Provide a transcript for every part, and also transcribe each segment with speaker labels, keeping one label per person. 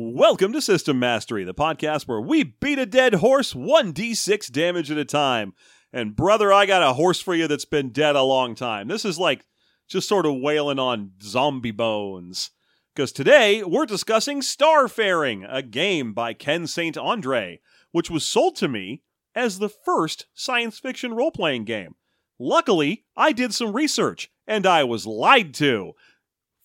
Speaker 1: Welcome to System Mastery, the podcast where we beat a dead horse 1d6 damage at a time. And brother, I got a horse for you that's been dead a long time. This is like just sort of wailing on zombie bones. Because today we're discussing Starfaring, a game by Ken St. Andre, which was sold to me as the first science fiction role playing game. Luckily, I did some research and I was lied to.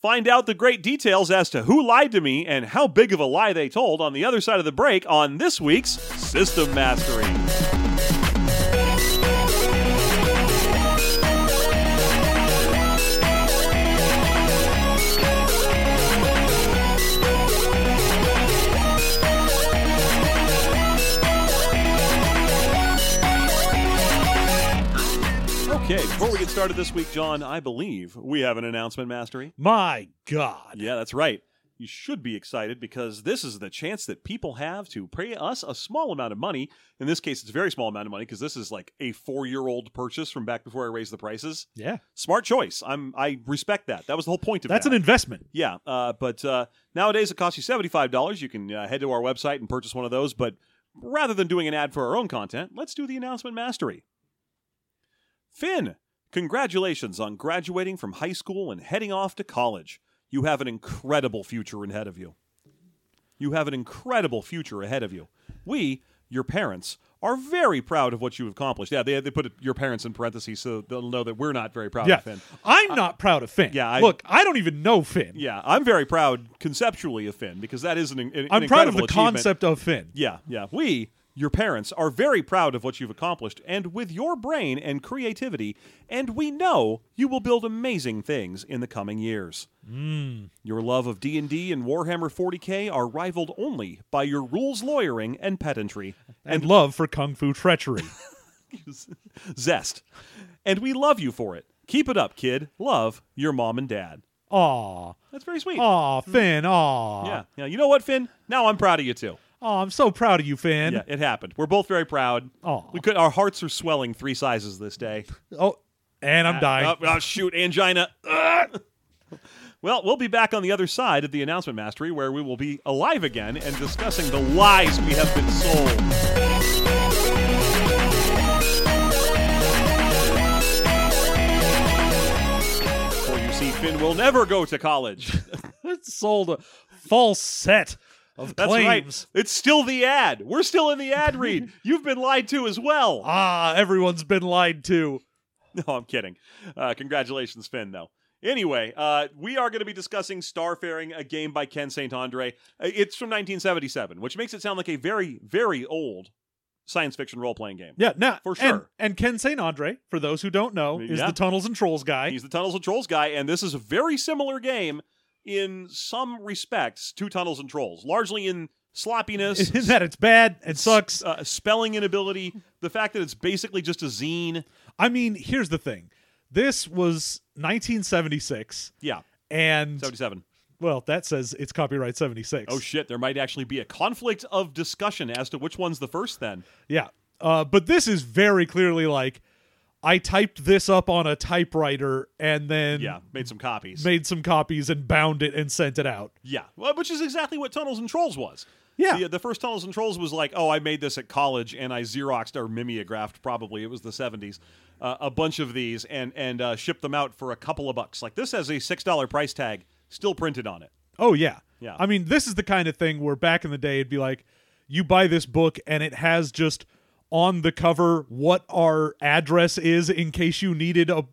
Speaker 1: Find out the great details as to who lied to me and how big of a lie they told on the other side of the break on this week's System Mastery. Okay, before we get started this week, John, I believe we have an announcement, Mastery.
Speaker 2: My God.
Speaker 1: Yeah, that's right. You should be excited because this is the chance that people have to pay us a small amount of money. In this case, it's a very small amount of money because this is like a four-year-old purchase from back before I raised the prices.
Speaker 2: Yeah.
Speaker 1: Smart choice. I'm I respect that. That was the whole point of
Speaker 2: That's
Speaker 1: that.
Speaker 2: an investment.
Speaker 1: Yeah, uh, but uh, nowadays it costs you seventy-five dollars. You can uh, head to our website and purchase one of those. But rather than doing an ad for our own content, let's do the announcement mastery. Finn, congratulations on graduating from high school and heading off to college. You have an incredible future ahead of you. You have an incredible future ahead of you. We, your parents, are very proud of what you've accomplished. Yeah, they, they put your parents in parentheses so they'll know that we're not very proud
Speaker 2: Yeah.
Speaker 1: of Finn.
Speaker 2: I'm not proud of Finn.
Speaker 1: yeah, I-
Speaker 2: Look, I don't even know Finn.
Speaker 1: Yeah, I'm very proud conceptually of Finn because that is an, an
Speaker 2: I'm
Speaker 1: an
Speaker 2: proud of
Speaker 1: incredible
Speaker 2: the
Speaker 1: achievement.
Speaker 2: concept of Finn.
Speaker 1: Yeah, yeah. We, your parents, are very proud of what you've accomplished, and with your brain and creativity, and we know you will build amazing things in the coming years.
Speaker 2: Hmm.
Speaker 1: Your love of D and D and Warhammer 40k are rivaled only by your rules lawyering and pedantry,
Speaker 2: And love for Kung Fu treachery.
Speaker 1: zest, and we love you for it. Keep it up, kid. Love your mom and dad.
Speaker 2: Aw.
Speaker 1: That's very sweet.
Speaker 2: Aw, Finn. Aw.
Speaker 1: Yeah, yeah. You know what, Finn? Now I'm proud of you too.
Speaker 2: Aw, I'm so proud of you, Finn.
Speaker 1: Yeah, it happened. We're both very proud.
Speaker 2: Aw.
Speaker 1: We could. Our hearts are swelling three sizes this day.
Speaker 2: Oh, and I'm dying.
Speaker 1: Oh, oh, shoot, angina. Ugh. well, we'll be back on the other side of the announcement mastery, where we will be alive again and discussing the lies we have been sold. For you see, Finn will never go to college.
Speaker 2: It sold a false set of
Speaker 1: That's
Speaker 2: claims.
Speaker 1: right. It's still the ad. We're still in the ad read. You've been lied to as well.
Speaker 2: Ah, everyone's been lied to.
Speaker 1: No, I'm kidding. Uh, congratulations, Finn, though. Anyway, uh, we are going to be discussing Starfaring, a game by Ken St. Andre. Uh, It's from 1977, which makes it sound like a very, very old science fiction role playing game.
Speaker 2: Yeah, now
Speaker 1: For
Speaker 2: and-
Speaker 1: sure.
Speaker 2: And, Ken Saint Andre, for those who don't know, is
Speaker 1: Yeah.
Speaker 2: the Tunnels and Trolls guy.
Speaker 1: He's the Tunnels and Trolls guy, and this is a very similar game in some respects to Tunnels and Trolls, largely in sloppiness,
Speaker 2: in that it's bad and sucks
Speaker 1: uh, spelling inability, the fact that it's basically just a zine.
Speaker 2: I mean, here's the thing. This was 1976,
Speaker 1: Yeah,
Speaker 2: and
Speaker 1: 77.
Speaker 2: well, that says it's copyright 76.
Speaker 1: Oh, shit. There might actually be a conflict of discussion as to which one's the first, then.
Speaker 2: yeah. Uh, but this is very clearly like I typed this up on a typewriter and then
Speaker 1: Yeah, made some copies.
Speaker 2: made some copies and bound it and sent it out.
Speaker 1: yeah, well, which is exactly what Tunnels and Trolls was.
Speaker 2: Yeah.
Speaker 1: the, the first Tunnels and Trolls was like, oh, I made this at college and I xeroxed or mimeographed. Probably it was the seventies, uh, a bunch of these and and uh, shipped them out for a couple of bucks. Like this has a six dollar price tag still printed on it.
Speaker 2: Oh yeah.
Speaker 1: Yeah.
Speaker 2: I mean, this is the kind of thing where back in the day it'd be like you buy this book and it has just on the cover what our address is in case you needed a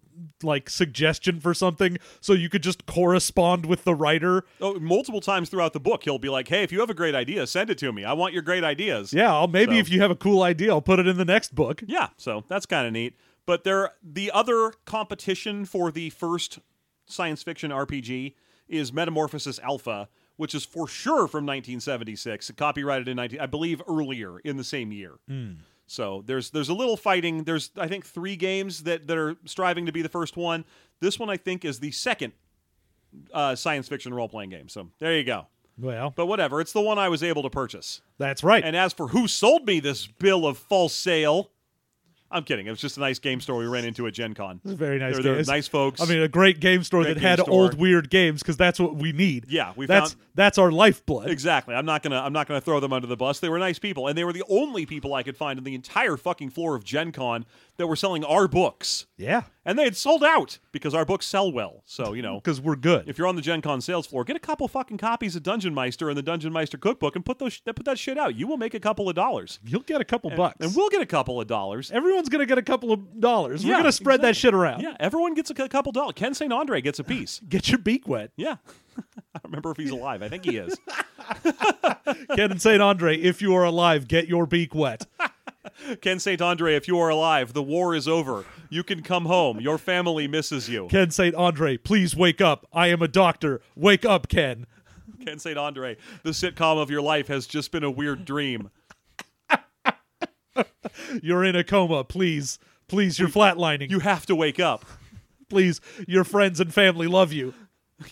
Speaker 2: like suggestion for something so you could just correspond with the writer.
Speaker 1: Oh, multiple times throughout the book, he'll be like, hey, if you have a great idea, send it to me. I want your great ideas.
Speaker 2: Yeah, I'll, maybe
Speaker 1: So-
Speaker 2: if you have a cool idea, I'll put it in the next book.
Speaker 1: Yeah, so that's kind of neat. But there, the other competition for the first science fiction RPG is Metamorphosis Alpha, which is for sure from 1976, copyrighted in 19, I believe, earlier in the same year. So there's there's a little fighting. There's I think three games that that are striving to be the first one. This one I think is the second uh, science fiction role playing game. So there you go.
Speaker 2: Well,
Speaker 1: But whatever, it's the one I was able to purchase.
Speaker 2: that's right.
Speaker 1: And as for who sold me this bill of false sale, I'm kidding. It was just a nice game store we ran into at Gen Con.
Speaker 2: It's a very nice
Speaker 1: They're,
Speaker 2: game.
Speaker 1: they're
Speaker 2: It's-
Speaker 1: nice folks.
Speaker 2: I mean, a great game store
Speaker 1: Great
Speaker 2: that
Speaker 1: game
Speaker 2: had
Speaker 1: store.
Speaker 2: old weird games because that's what we need.
Speaker 1: Yeah, we
Speaker 2: that's
Speaker 1: found-
Speaker 2: that's our lifeblood.
Speaker 1: exactly. I'm not gonna I'm not gonna throw them under the bus. They were nice people, and they were the only people I could find on the entire fucking floor of Gen Con that were selling our books.
Speaker 2: yeah,
Speaker 1: And they had sold out because our books sell well. So, you know,
Speaker 2: because we're good.
Speaker 1: if you're on the Gen Con sales floor, get a couple fucking copies of Dungeon Meister and the Dungeon Meister cookbook and put those sh- put that shit out. You will make a couple of dollars.
Speaker 2: You'll get a couple bucks,
Speaker 1: And we'll get a couple of dollars.
Speaker 2: everyone's gonna get a couple of dollars.
Speaker 1: Yeah,
Speaker 2: we're gonna spread that shit around.
Speaker 1: Yeah, everyone gets a c- couple dollars. Ken St. Andre gets a piece.
Speaker 2: Get your beak wet,
Speaker 1: Yeah. I don't remember if he's alive. I think he is.
Speaker 2: Ken and Saint Andre. If you are alive, get your beak wet.
Speaker 1: Ken St. Andre, if you are alive, the war is over. You can come home. Your family misses you.
Speaker 2: Ken Saint Andre, please wake up. I am a doctor. Wake up, Ken.
Speaker 1: Ken St. Andre, the sitcom of your life has just been a weird dream.
Speaker 2: You're in a coma. Please, please, you're flatlining.
Speaker 1: You have to wake up.
Speaker 2: please, your friends and family love you.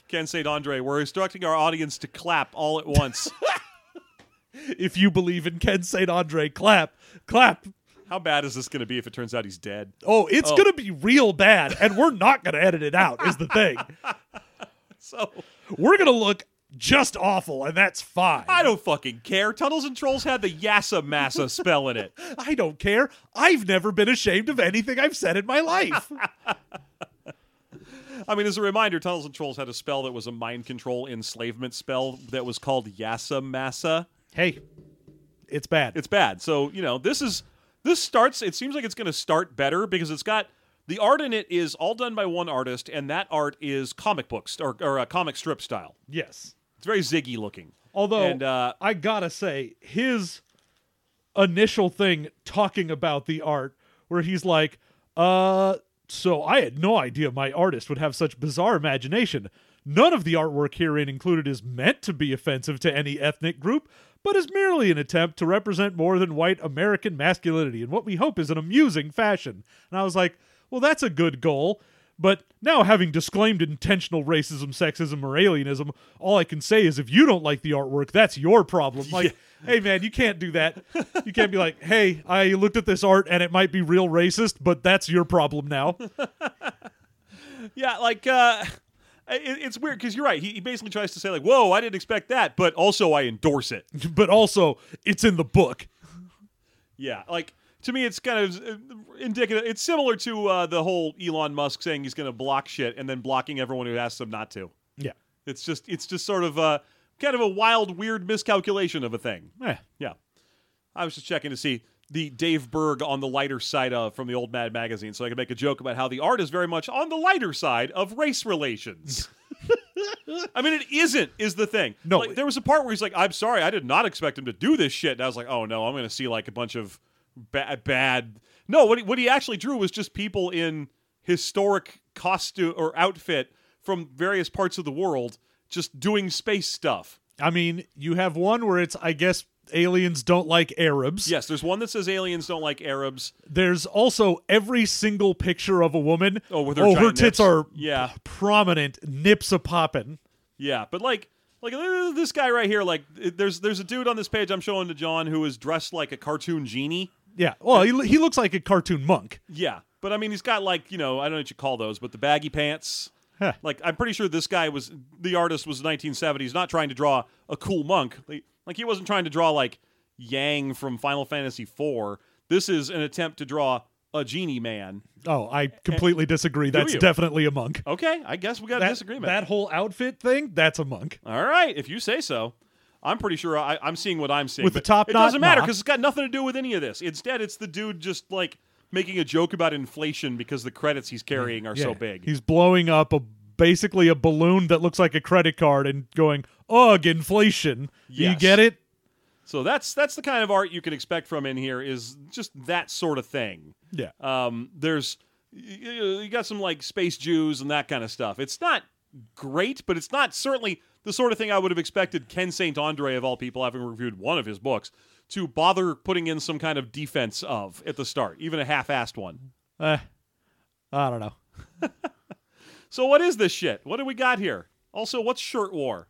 Speaker 1: Ken St. Andre, we're instructing our audience to clap all at once.
Speaker 2: If you believe in Ken Saint Andre, clap, clap.
Speaker 1: How bad is this going to be if it turns out he's dead?
Speaker 2: Oh, it's gonna be real bad, and we're not gonna edit it out. Is the thing
Speaker 1: So
Speaker 2: we're gonna look just awful, and that's fine.
Speaker 1: I don't fucking care. Tunnels and Trolls had the Yassa Massa spell in it.
Speaker 2: I don't care. I've never been ashamed of anything I've said in my life.
Speaker 1: I mean, as a reminder, Tunnels and Trolls had a spell that was a mind control enslavement spell that was called Yassa Massa.
Speaker 2: hey, it's bad.
Speaker 1: It's bad. So you know, this is this starts. It seems like it's going to start better because it's got the art in it is all done by one artist, and that art is comic books or, or uh, comic strip style.
Speaker 2: yes.
Speaker 1: It's very Ziggy looking.
Speaker 2: Although
Speaker 1: And, uh,
Speaker 2: I gotta say, his initial thing talking about the art, where he's like, uh, so I had no idea my artist would have such bizarre imagination. None of the artwork herein included is meant to be offensive to any ethnic group, but is merely an attempt to represent more than white American masculinity in what we hope is an amusing fashion. And I was like, well, that's a good goal. But now, having disclaimed intentional racism, sexism, or alienism, all I can say is if you don't like the artwork, that's your problem. Like, hey, man, you can't do that. You can't be like, hey, I looked at this art and it might be real racist, but that's your problem now.
Speaker 1: Yeah, like uh it, it's weird because you're right. He, he basically tries to say like, "Whoa, I didn't expect that," but also I endorse it.
Speaker 2: but also, it's in the book.
Speaker 1: Yeah, like to me, it's kind of uh, indicative. It's similar to uh, the whole Elon Musk saying he's going to block shit and then blocking everyone who asks him not to.
Speaker 2: Yeah.
Speaker 1: It's just it's just sort of a kind of a wild, weird miscalculation of a thing.
Speaker 2: Eh.
Speaker 1: Yeah, I was just checking to see the Dave Berg on the lighter side of from the old Mad magazine, so I could make a joke about how the art is very much on the lighter side of race relations. I mean, it isn't is the thing.
Speaker 2: No.
Speaker 1: like, there was a part where he's like, "I'm sorry, I did not expect him to do this shit," and I was like, "Oh no, I'm going to see like a bunch of bad, bad." No, what he, what he actually drew was just people in historic costume or outfit from various parts of the world, just doing space stuff.
Speaker 2: I mean, you have one where it's, I guess, aliens don't like Arabs.
Speaker 1: Yes, there's one that says aliens don't like Arabs.
Speaker 2: There's also every single picture of a woman.
Speaker 1: Oh, with her
Speaker 2: oh,
Speaker 1: giant
Speaker 2: her tits
Speaker 1: nips.
Speaker 2: are
Speaker 1: Yeah.
Speaker 2: prominent, nips a poppin'.
Speaker 1: Yeah, but like like uh, this guy right here, like it- there's there's a dude on this page I'm showing to John who is dressed like a cartoon genie.
Speaker 2: Yeah. Well, he, he looks like a cartoon monk.
Speaker 1: Yeah, but I mean he's got like you know I don't know what you call those, but the baggy pants.
Speaker 2: Huh.
Speaker 1: Like I'm pretty sure this guy was the artist was 1970s, not trying to draw a cool monk. Like, like he wasn't trying to draw like Yang from Final Fantasy IV. This is an attempt to draw a genie man.
Speaker 2: Oh, I completely disagree. That's
Speaker 1: you?
Speaker 2: definitely a monk.
Speaker 1: Okay, I guess we got a
Speaker 2: That,
Speaker 1: disagreement.
Speaker 2: that whole outfit thing, that's a monk.
Speaker 1: All right, if you say so. I'm pretty sure I, I'm seeing what I'm seeing.
Speaker 2: With the
Speaker 1: but
Speaker 2: top
Speaker 1: it
Speaker 2: knot?
Speaker 1: doesn't matter
Speaker 2: Nah.
Speaker 1: because it's got nothing to do with any of this. Instead, it's the dude just like making a joke about inflation because the credits he's carrying are so
Speaker 2: Yeah.
Speaker 1: big.
Speaker 2: He's blowing up a basically a balloon that looks like a credit card and going, "Ugh, inflation." You
Speaker 1: Yes.
Speaker 2: get it?
Speaker 1: so that's that's the kind of art you can expect from in here is just that sort of thing.
Speaker 2: Yeah.
Speaker 1: Um, there's y- y- you got some like space Jews and that kind of stuff. It's not great, but it's not certainly the sort of thing I would have expected Ken St. Andre of all people, having reviewed one of his books, to bother putting in some kind of defense of at the start, even a half-assed one.
Speaker 2: Eh, I don't know.
Speaker 1: So what is this shit? What do we got here? Also, what's shirt war?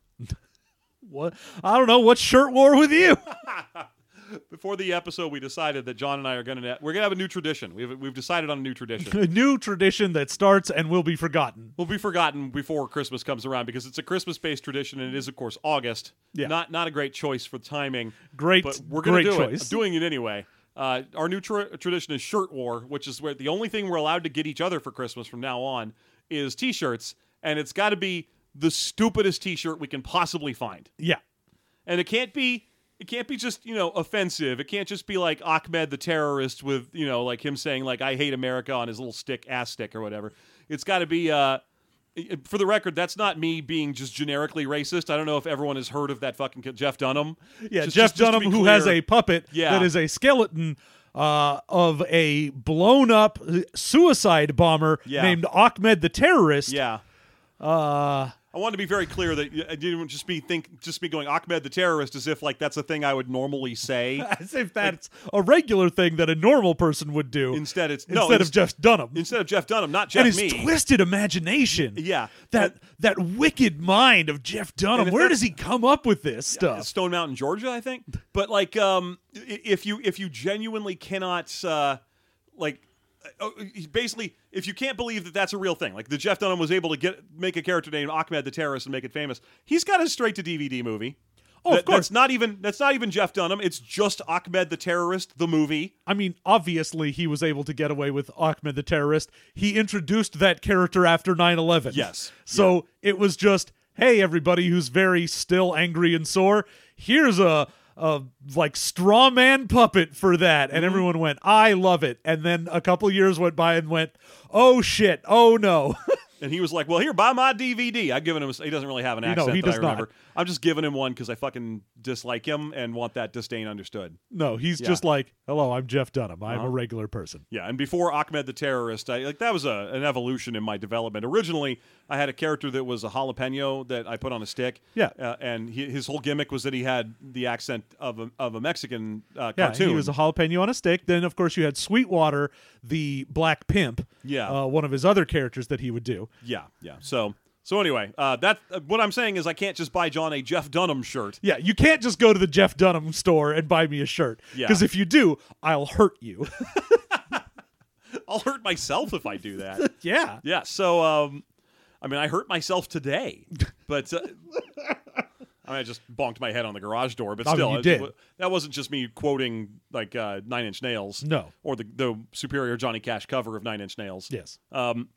Speaker 2: What? I don't know. What shirt war with you?
Speaker 1: before the episode, we decided that John and I are going to we're going to have a new tradition. We've we've decided on a new tradition.
Speaker 2: A new tradition that starts and will be forgotten.
Speaker 1: Will be forgotten before Christmas comes around because it's a Christmas-based tradition, and it is, of course, August.
Speaker 2: Yeah.
Speaker 1: Not not a great choice for timing.
Speaker 2: Great,
Speaker 1: but we're gonna
Speaker 2: great
Speaker 1: do
Speaker 2: choice.
Speaker 1: it. I'm doing it anyway. Uh, our new tra- tradition is shirt war, which is where the only thing we're allowed to get each other for Christmas from now on is t-shirts, and it's got to be the stupidest t-shirt we can possibly find,
Speaker 2: Yeah,
Speaker 1: and it can't be. It can't be just you know offensive. It can't just be like Ahmed the terrorist with you know like him saying like I hate America on his little stick ass stick or whatever. It's got to be. Uh, i- for the record, that's not me being just generically racist. I don't know if everyone has heard of that fucking kid, Jeff Dunham.
Speaker 2: yeah.
Speaker 1: Just-
Speaker 2: Jeff
Speaker 1: just- just to be
Speaker 2: Dunham, who has
Speaker 1: clear.
Speaker 2: a puppet
Speaker 1: Yeah.
Speaker 2: that is a skeleton uh, of a blown up suicide bomber
Speaker 1: Yeah.
Speaker 2: named Ahmed the terrorist.
Speaker 1: Yeah.
Speaker 2: Uh,
Speaker 1: I want to be very clear that I didn't just be think just be going Ahmed the terrorist as if like that's a thing I would normally say.
Speaker 2: as if that's a regular thing that a normal person would do
Speaker 1: Instead, it's no
Speaker 2: instead
Speaker 1: ins-
Speaker 2: of Jeff Dunham
Speaker 1: instead of Jeff Dunham, not
Speaker 2: and
Speaker 1: Jeff
Speaker 2: his
Speaker 1: me.
Speaker 2: twisted imagination.
Speaker 1: yeah,
Speaker 2: That that wicked mind of Jeff
Speaker 1: And
Speaker 2: Dunham.
Speaker 1: if
Speaker 2: Where
Speaker 1: that-
Speaker 2: does he come up with this stuff?
Speaker 1: Stone Mountain, Georgia, I think. But like, um, i- if you if you genuinely cannot, uh, like, uh, oh, basically, if you can't believe that that's a real thing, like the Jeff Dunham was able to get make a character named Ahmed the terrorist and make it famous, he's got a straight to DVD movie.
Speaker 2: Oh, of
Speaker 1: That-
Speaker 2: course.
Speaker 1: That's not even that's not even Jeff Dunham. It's just Ahmed the terrorist, the movie.
Speaker 2: I mean, obviously he was able to get away with Ahmed the terrorist. He introduced that character after 9/11.
Speaker 1: Yes.
Speaker 2: So it was just, hey, everybody who's very still angry and sore, here's a a like straw man puppet for that, and everyone went, I love it. And then a couple years went by and went, oh shit, oh no.
Speaker 1: And he was like, "Well, here, buy my DVD." I've given him. A, he doesn't really have an accent.
Speaker 2: he
Speaker 1: that
Speaker 2: does
Speaker 1: I
Speaker 2: not.
Speaker 1: remember. I'm just giving him one because I fucking dislike him and want that disdain understood.
Speaker 2: no, he's just like, hello, I'm Jeff Dunham. I'm a regular person.
Speaker 1: Yeah, and before Ahmed the terrorist, I like that was a, an evolution in my development. Originally, I had a character that was a jalapeno that I put on a stick.
Speaker 2: Yeah.
Speaker 1: uh, and he, his whole gimmick was that he had the accent of a, of a Mexican uh,
Speaker 2: Yeah,
Speaker 1: cartoon.
Speaker 2: he was a jalapeno on a stick. Then, of course, you had Sweetwater, the black pimp.
Speaker 1: Yeah.
Speaker 2: uh, one of his other characters that he would do.
Speaker 1: yeah, yeah. So so anyway, uh, that uh, what I'm saying is I can't just buy John a Jeff Dunham shirt.
Speaker 2: Yeah, you can't just go to the Jeff Dunham store and buy me a shirt.
Speaker 1: Yeah.
Speaker 2: Because if you do, I'll hurt you.
Speaker 1: I'll hurt myself if I do that.
Speaker 2: yeah.
Speaker 1: Yeah. So, um, I mean, I hurt myself today, but uh, I mean, I just bonked my head on the garage door. But
Speaker 2: I mean,
Speaker 1: still,
Speaker 2: you
Speaker 1: it-
Speaker 2: did.
Speaker 1: that wasn't just me quoting like uh, Nine Inch Nails.
Speaker 2: No.
Speaker 1: Or the the superior Johnny Cash cover of Nine Inch Nails.
Speaker 2: Yes.
Speaker 1: Um,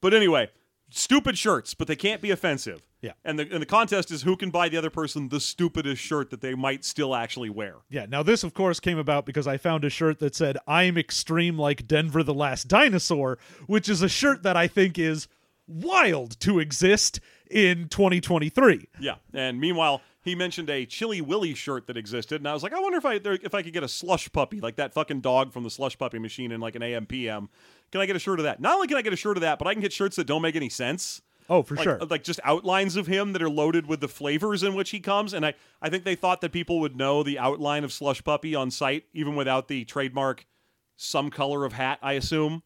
Speaker 1: but anyway, stupid shirts, but they can't be offensive.
Speaker 2: Yeah.
Speaker 1: And the and the contest is who can buy the other person the stupidest shirt that they might still actually wear.
Speaker 2: Yeah. Now, this, of course, came about because I found a shirt that said, I'm extreme like Denver the Last Dinosaur, which is a shirt that I think is wild to exist in 2023.
Speaker 1: Yeah. And meanwhile, he mentioned a Chili Willy shirt that existed, and I was like, I wonder if I there- if I could get a slush puppy, like that fucking dog from the slush puppy machine in like an AM PM. Can I get a shirt of that? Not only can I get a shirt of that, but I can get shirts that don't make any sense.
Speaker 2: Oh, for
Speaker 1: Like,
Speaker 2: sure.
Speaker 1: like just outlines of him that are loaded with the flavors in which he comes, and I, I think they thought that people would know the outline of Slush Puppy on site even without the trademark, some color of hat. I assume.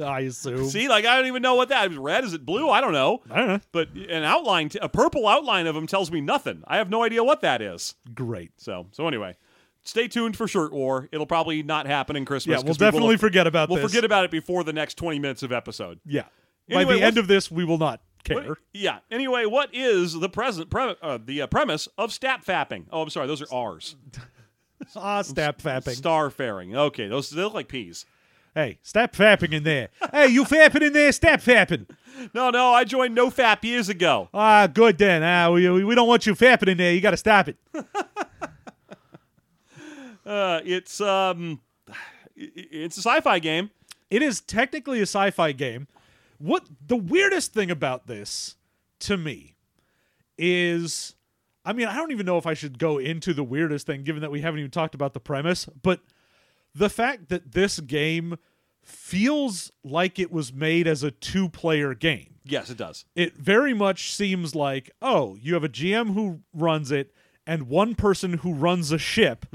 Speaker 2: I assume.
Speaker 1: uh, See, like I don't even know what that is. Red? Is it blue? I don't know.
Speaker 2: I don't know.
Speaker 1: But an outline, a purple outline of him tells me nothing. I have no idea what that is.
Speaker 2: Great.
Speaker 1: So, so anyway, stay tuned for Shirt War. It'll probably not happen in Christmas.
Speaker 2: Yeah, we'll
Speaker 1: 'cause we will-
Speaker 2: definitely forget about
Speaker 1: We'll
Speaker 2: this.
Speaker 1: forget about it before the next twenty minutes of episode.
Speaker 2: Yeah.
Speaker 1: Anyway,
Speaker 2: By the end
Speaker 1: what's-
Speaker 2: of this, we will not
Speaker 1: What-
Speaker 2: care.
Speaker 1: yeah. Anyway, what is the present pre- uh, the uh, premise of stat fapping? Oh, I'm sorry, those are R's.
Speaker 2: Ah, stap fapping.
Speaker 1: Star faring. Okay, those they look like P's.
Speaker 2: hey, stop fapping in there. hey, you fapping in there? Stop fapping.
Speaker 1: No, no, I joined No Fap years ago.
Speaker 2: Ah, good then. Ah, we, we we don't want you fapping in there. You got to stop it.
Speaker 1: Uh, it's um, it- it's a sci-fi game.
Speaker 2: It is technically a sci-fi game. What the weirdest thing about this to me is I mean, I don't even know if I should go into the weirdest thing given that we haven't even talked about the premise, but the fact that this game feels like it was made as a two-player game.
Speaker 1: Yes, it does.
Speaker 2: it very much seems like oh you have a gm who runs it and one person who runs a ship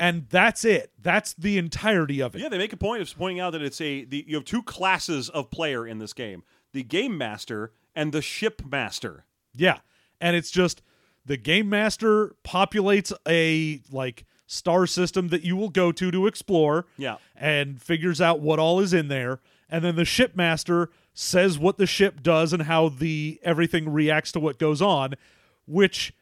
Speaker 2: and that's it that's the entirety of it
Speaker 1: Yeah, they make a point of pointing out that it's a the, you have two classes of player in this game: the game master and the ship master.
Speaker 2: Yeah. and it's just the game master populates a like star system that you will go to to explore
Speaker 1: Yeah.
Speaker 2: and figures out what all is in there and then the shipmaster says what the ship does and how the everything reacts to what goes on which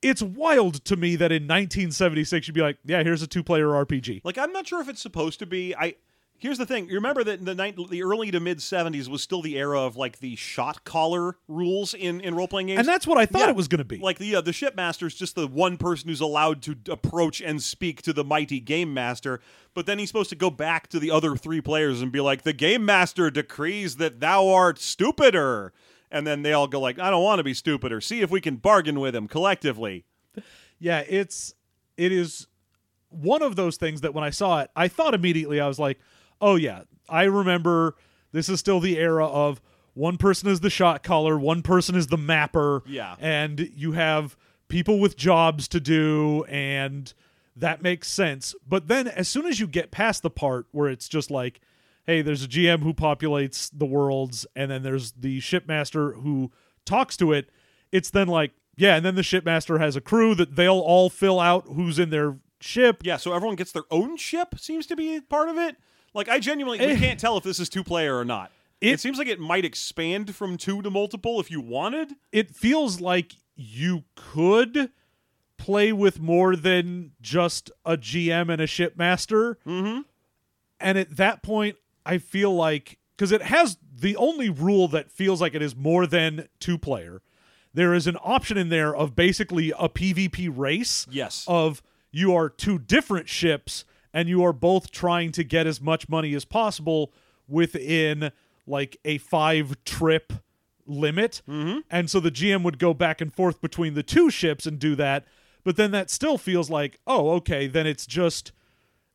Speaker 2: it's wild to me that in 1976 you'd be like yeah here's a two-player rpg
Speaker 1: Like I'm not sure if it's supposed to be. I here's the thing. You remember that in the night, the early to mid '70s was still the era of like the shot caller rules in in role playing games.
Speaker 2: and that's what i thought
Speaker 1: Yeah.
Speaker 2: it was going to be
Speaker 1: like the uh, the shipmaster's just the one person who's allowed to d- approach and speak to the mighty game master but then he's supposed to go back to the other three players and be like the game master decrees that thou art stupider and then they all go like i don't want to be stupider see if we can bargain with him collectively
Speaker 2: yeah it's it is one of those things that when i saw it i thought immediately i was like oh yeah i remember this is still the era of one person is the shot caller one person is the mapper
Speaker 1: Yeah.
Speaker 2: and you have people with jobs to do and that makes sense but then as soon as you get past the part where it's just like hey there's a gm who populates the worlds and then there's the shipmaster who talks to it it's then like yeah and then the shipmaster has a crew that they'll all fill out who's in their ship
Speaker 1: yeah so everyone gets their own ship seems to be part of it like i genuinely we
Speaker 2: Eh.
Speaker 1: can't tell if this is two player or not it
Speaker 2: It-
Speaker 1: seems like it might expand from two to multiple if you wanted
Speaker 2: it feels like you could play with more than just a GM and a shipmaster.
Speaker 1: mm-hmm
Speaker 2: And at that point, I feel like because it has the only rule that feels like it is more than two player, there is an option in there of basically a PvP race
Speaker 1: yes
Speaker 2: of you are two different ships and you are both trying to get as much money as possible within like a five trip limit. And so the GM would go back and forth between the two ships and do that. But then that still feels like, oh, okay, then it's just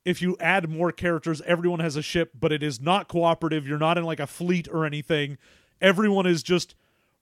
Speaker 2: if you add more characters, everyone has a ship, but it is not cooperative. You're not in like a fleet or anything. Everyone is just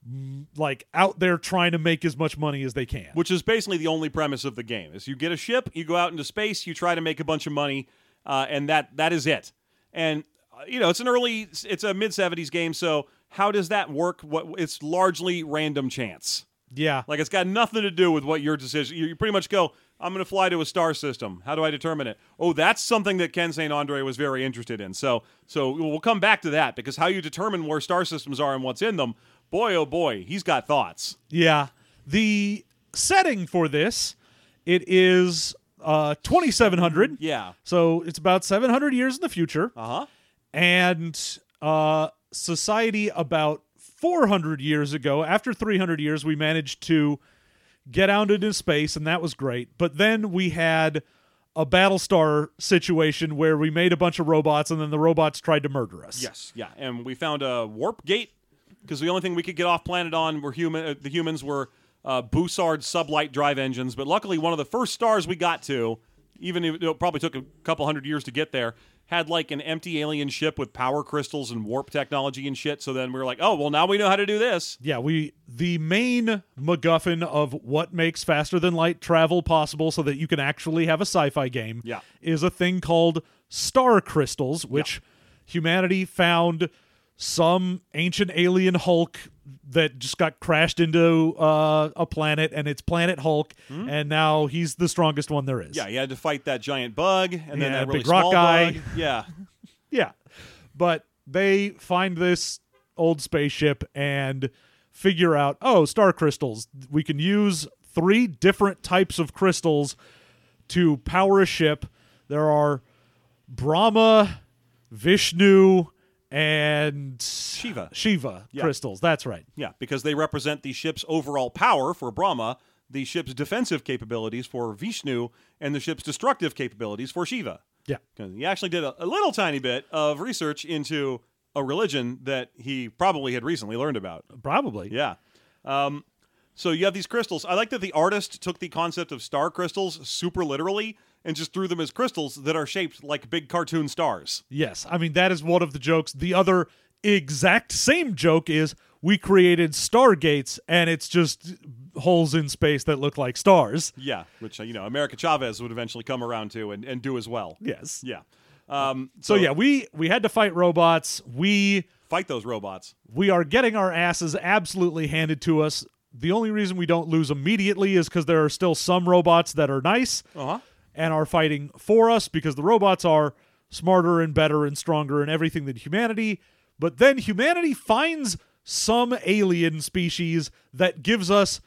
Speaker 2: mm, like out there trying to make as much money as they can.
Speaker 1: which is basically the only premise of the game is you get a ship you go out into space you try to make a bunch of money uh, and that that is it and uh, you know it's an early it's a mid 70s game so how does that work what it's largely random chance
Speaker 2: Yeah.
Speaker 1: like it's got nothing to do with what your decision you, you pretty much go i'm going to fly to a star system how do i determine it oh that's something that ken st andre was very interested in so so we'll come back to that because how you determine where star systems are and what's in them boy oh boy he's got thoughts
Speaker 2: Yeah. The setting for this, it is uh 2700.
Speaker 1: yeah
Speaker 2: So it's about 700 years in the future
Speaker 1: uh-huh
Speaker 2: and uh society about 400 years ago after 300 years we managed to get out into space and that was great but then we had a battlestar situation where we made a bunch of robots and then the robots tried to murder us
Speaker 1: Yes, yeah, and we found a warp gate because the only thing we could get off planet on were human. Uh, the humans were uh, Bussard sublight drive engines, but luckily one of the first stars we got to, even if it probably took a couple hundred years to get there, had like an empty alien ship with power crystals and warp technology and shit. So then we were like, oh well, now we know how to do this.
Speaker 2: Yeah, we the main MacGuffin of what makes faster than light travel possible, so that you can actually have a sci-fi game.
Speaker 1: Yeah.
Speaker 2: is a thing called star crystals, which humanity found some ancient alien Hulk that just got crashed into uh, a planet, and it's Planet Hulk, and now he's the strongest one there is.
Speaker 1: Yeah, you had to fight that giant bug and then
Speaker 2: Yeah,
Speaker 1: that really
Speaker 2: big rock
Speaker 1: small
Speaker 2: guy.
Speaker 1: bug. Yeah,
Speaker 2: Yeah. But they find this old spaceship and figure out, oh, star crystals. We can use three different types of crystals to power a ship. There are Brahma, Vishnu, and
Speaker 1: Shiva.
Speaker 2: Shiva
Speaker 1: Yeah.
Speaker 2: crystals. That's right.
Speaker 1: Yeah, because they represent the ship's overall power for Brahma, the ship's defensive capabilities for Vishnu, and the ship's destructive capabilities for Shiva.
Speaker 2: Yeah.
Speaker 1: 'Cause He actually did a, a little tiny bit of research into a religion that he probably had recently learned about.
Speaker 2: Probably.
Speaker 1: Yeah. Um, so you have these crystals. I like that the artist took the concept of star crystals super literally and just threw them as crystals that are shaped like big cartoon stars.
Speaker 2: Yes. I mean, that is one of the jokes. The other exact same joke is we created stargates and it's just holes in space that look like stars.
Speaker 1: Yeah, which, uh, you know, America Chavez would eventually come around to and, and do as well.
Speaker 2: Yes.
Speaker 1: Yeah. Um,
Speaker 2: So yeah, we we had to fight robots. We
Speaker 1: fight those robots.
Speaker 2: we are getting our asses absolutely handed to us. The only reason we don't lose immediately is cuz there are still some robots that are nice.
Speaker 1: Uh huh.
Speaker 2: and are fighting for us because the robots are smarter and better and stronger and everything than humanity. But then humanity finds some alien species that gives us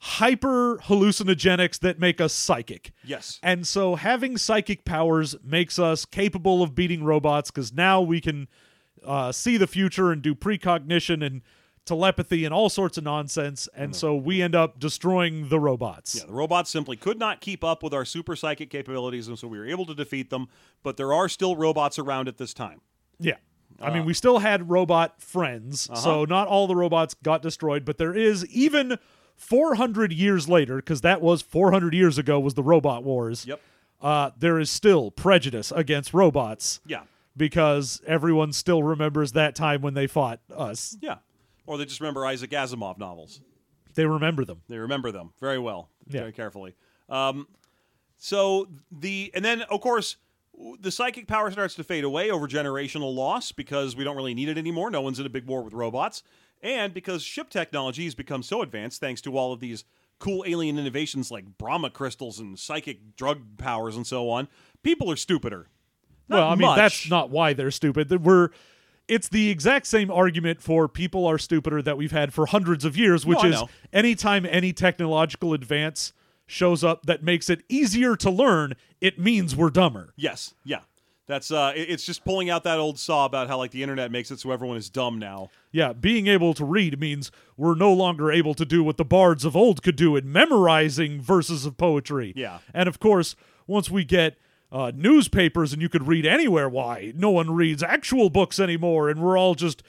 Speaker 2: hyper hallucinogenics that make us psychic.
Speaker 1: Yes.
Speaker 2: And so having psychic powers makes us capable of beating robots because now we can uh, see the future and do precognition and telepathy and all sorts of nonsense. And so we end up destroying the robots.
Speaker 1: Mm-hmm. Yeah, the robots simply could not keep up with our super psychic capabilities, and so we were able to defeat them. But there are still robots around at this time.
Speaker 2: Yeah. I
Speaker 1: Uh,
Speaker 2: mean, we still had robot friends,
Speaker 1: uh-huh.
Speaker 2: so not all the robots got destroyed, but there is even 400 years later, because that was 400 years ago, was the robot wars.
Speaker 1: Yep.
Speaker 2: Uh, there is still prejudice against robots
Speaker 1: Yeah.
Speaker 2: because everyone still remembers that time when they fought us.
Speaker 1: Yeah. Or they just remember Isaac Asimov novels.
Speaker 2: They remember them.
Speaker 1: They remember them very well,
Speaker 2: Yeah.
Speaker 1: very carefully. Um, so the and then of course w- the psychic power starts to fade away over generational loss because we don't really need it anymore. No one's in a big war with robots, and because ship technology has become so advanced thanks to all of these cool alien innovations like Brahma crystals and psychic drug powers and so on. People are stupider. Not
Speaker 2: well, I mean,
Speaker 1: much.
Speaker 2: that's not why they're stupid. That We're, it's the exact same argument for people are stupider that we've had for hundreds of years, which
Speaker 1: I
Speaker 2: is
Speaker 1: know.
Speaker 2: anytime any technological advance shows up that makes it easier to learn, it means we're dumber.
Speaker 1: yes, yeah. That's uh, it- it's just pulling out that old saw about how like the internet makes it so everyone is dumb now.
Speaker 2: Yeah, being able to read means we're no longer able to do what the bards of old could do in memorizing verses of poetry.
Speaker 1: Yeah.
Speaker 2: And of course, once we get uh, newspapers and you could read anywhere, why? No one reads actual books anymore and we're all just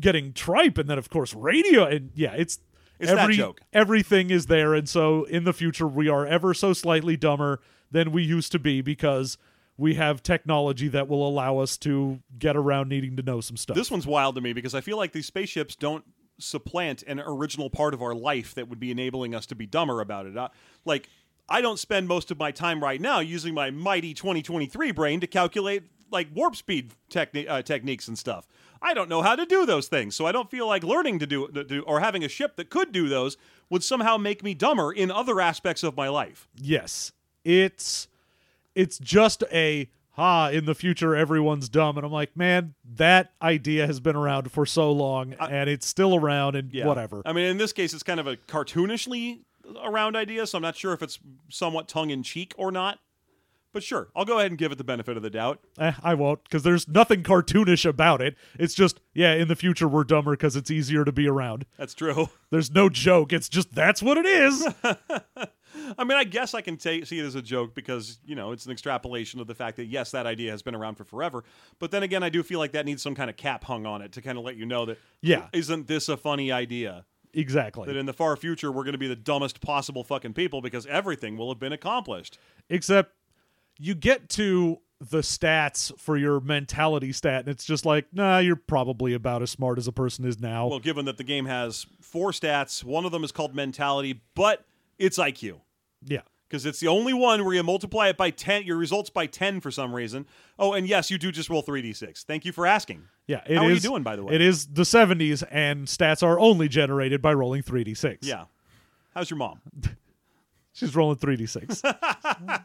Speaker 2: getting tripe. And then, of course, radio. And yeah, it's.
Speaker 1: It's that
Speaker 2: every-
Speaker 1: joke.
Speaker 2: Everything is there. And so in the future, we are ever so slightly dumber than we used to be because we have technology that will allow us to get around needing to know some stuff.
Speaker 1: This one's wild to me because I feel like these spaceships don't supplant an original part of our life that would be enabling us to be dumber about it. I, like, I don't spend most of my time right now using my mighty 2023 brain to calculate like warp speed techni- uh, techniques and stuff. I don't know how to do those things, so I don't feel like learning to do, to do or having a ship that could do those would somehow make me dumber in other aspects of my life.
Speaker 2: Yes. It's it's just a ha in the future everyone's dumb and I'm like, man, that idea has been around for so long and it's still around and
Speaker 1: Yeah.
Speaker 2: whatever.
Speaker 1: I mean, in this case, it's kind of a cartoonishly around idea, so I'm not sure if it's somewhat tongue in cheek or not. But sure, I'll go ahead and give it the benefit of the doubt.
Speaker 2: Eh, I won't cuz there's nothing cartoonish about it. It's just, yeah, in the future we're dumber cuz it's easier to be around.
Speaker 1: That's true.
Speaker 2: There's no joke. It's just that's what it is.
Speaker 1: I mean, I guess I can ta see it as a joke because, you know, it's an extrapolation of the fact that, yes, that idea has been around for forever. But then again, I do feel like that needs some kind of cap hung on it to kind of let you know that,
Speaker 2: Yeah.
Speaker 1: isn't this a funny idea? That
Speaker 2: exactly.
Speaker 1: in the far future, we're going to be the dumbest possible fucking people because everything will have been accomplished.
Speaker 2: Except you get to the stats for your mentality stat and it's just like, nah, you're probably about as smart as a person is now.
Speaker 1: Well, given that the game has four stats, one of them is called mentality, but it's IQ
Speaker 2: yeah.
Speaker 1: because it's the only one where you multiply it by 10, your results by 10 for some reason. Oh, and yes, you do just roll 3d6. Thank you for asking.
Speaker 2: Yeah, it
Speaker 1: How are you
Speaker 2: is-
Speaker 1: doing, by the way?
Speaker 2: It is the 70s, and stats are only generated by rolling 3d6.
Speaker 1: Yeah. How's your mom?
Speaker 2: She's rolling 3d6.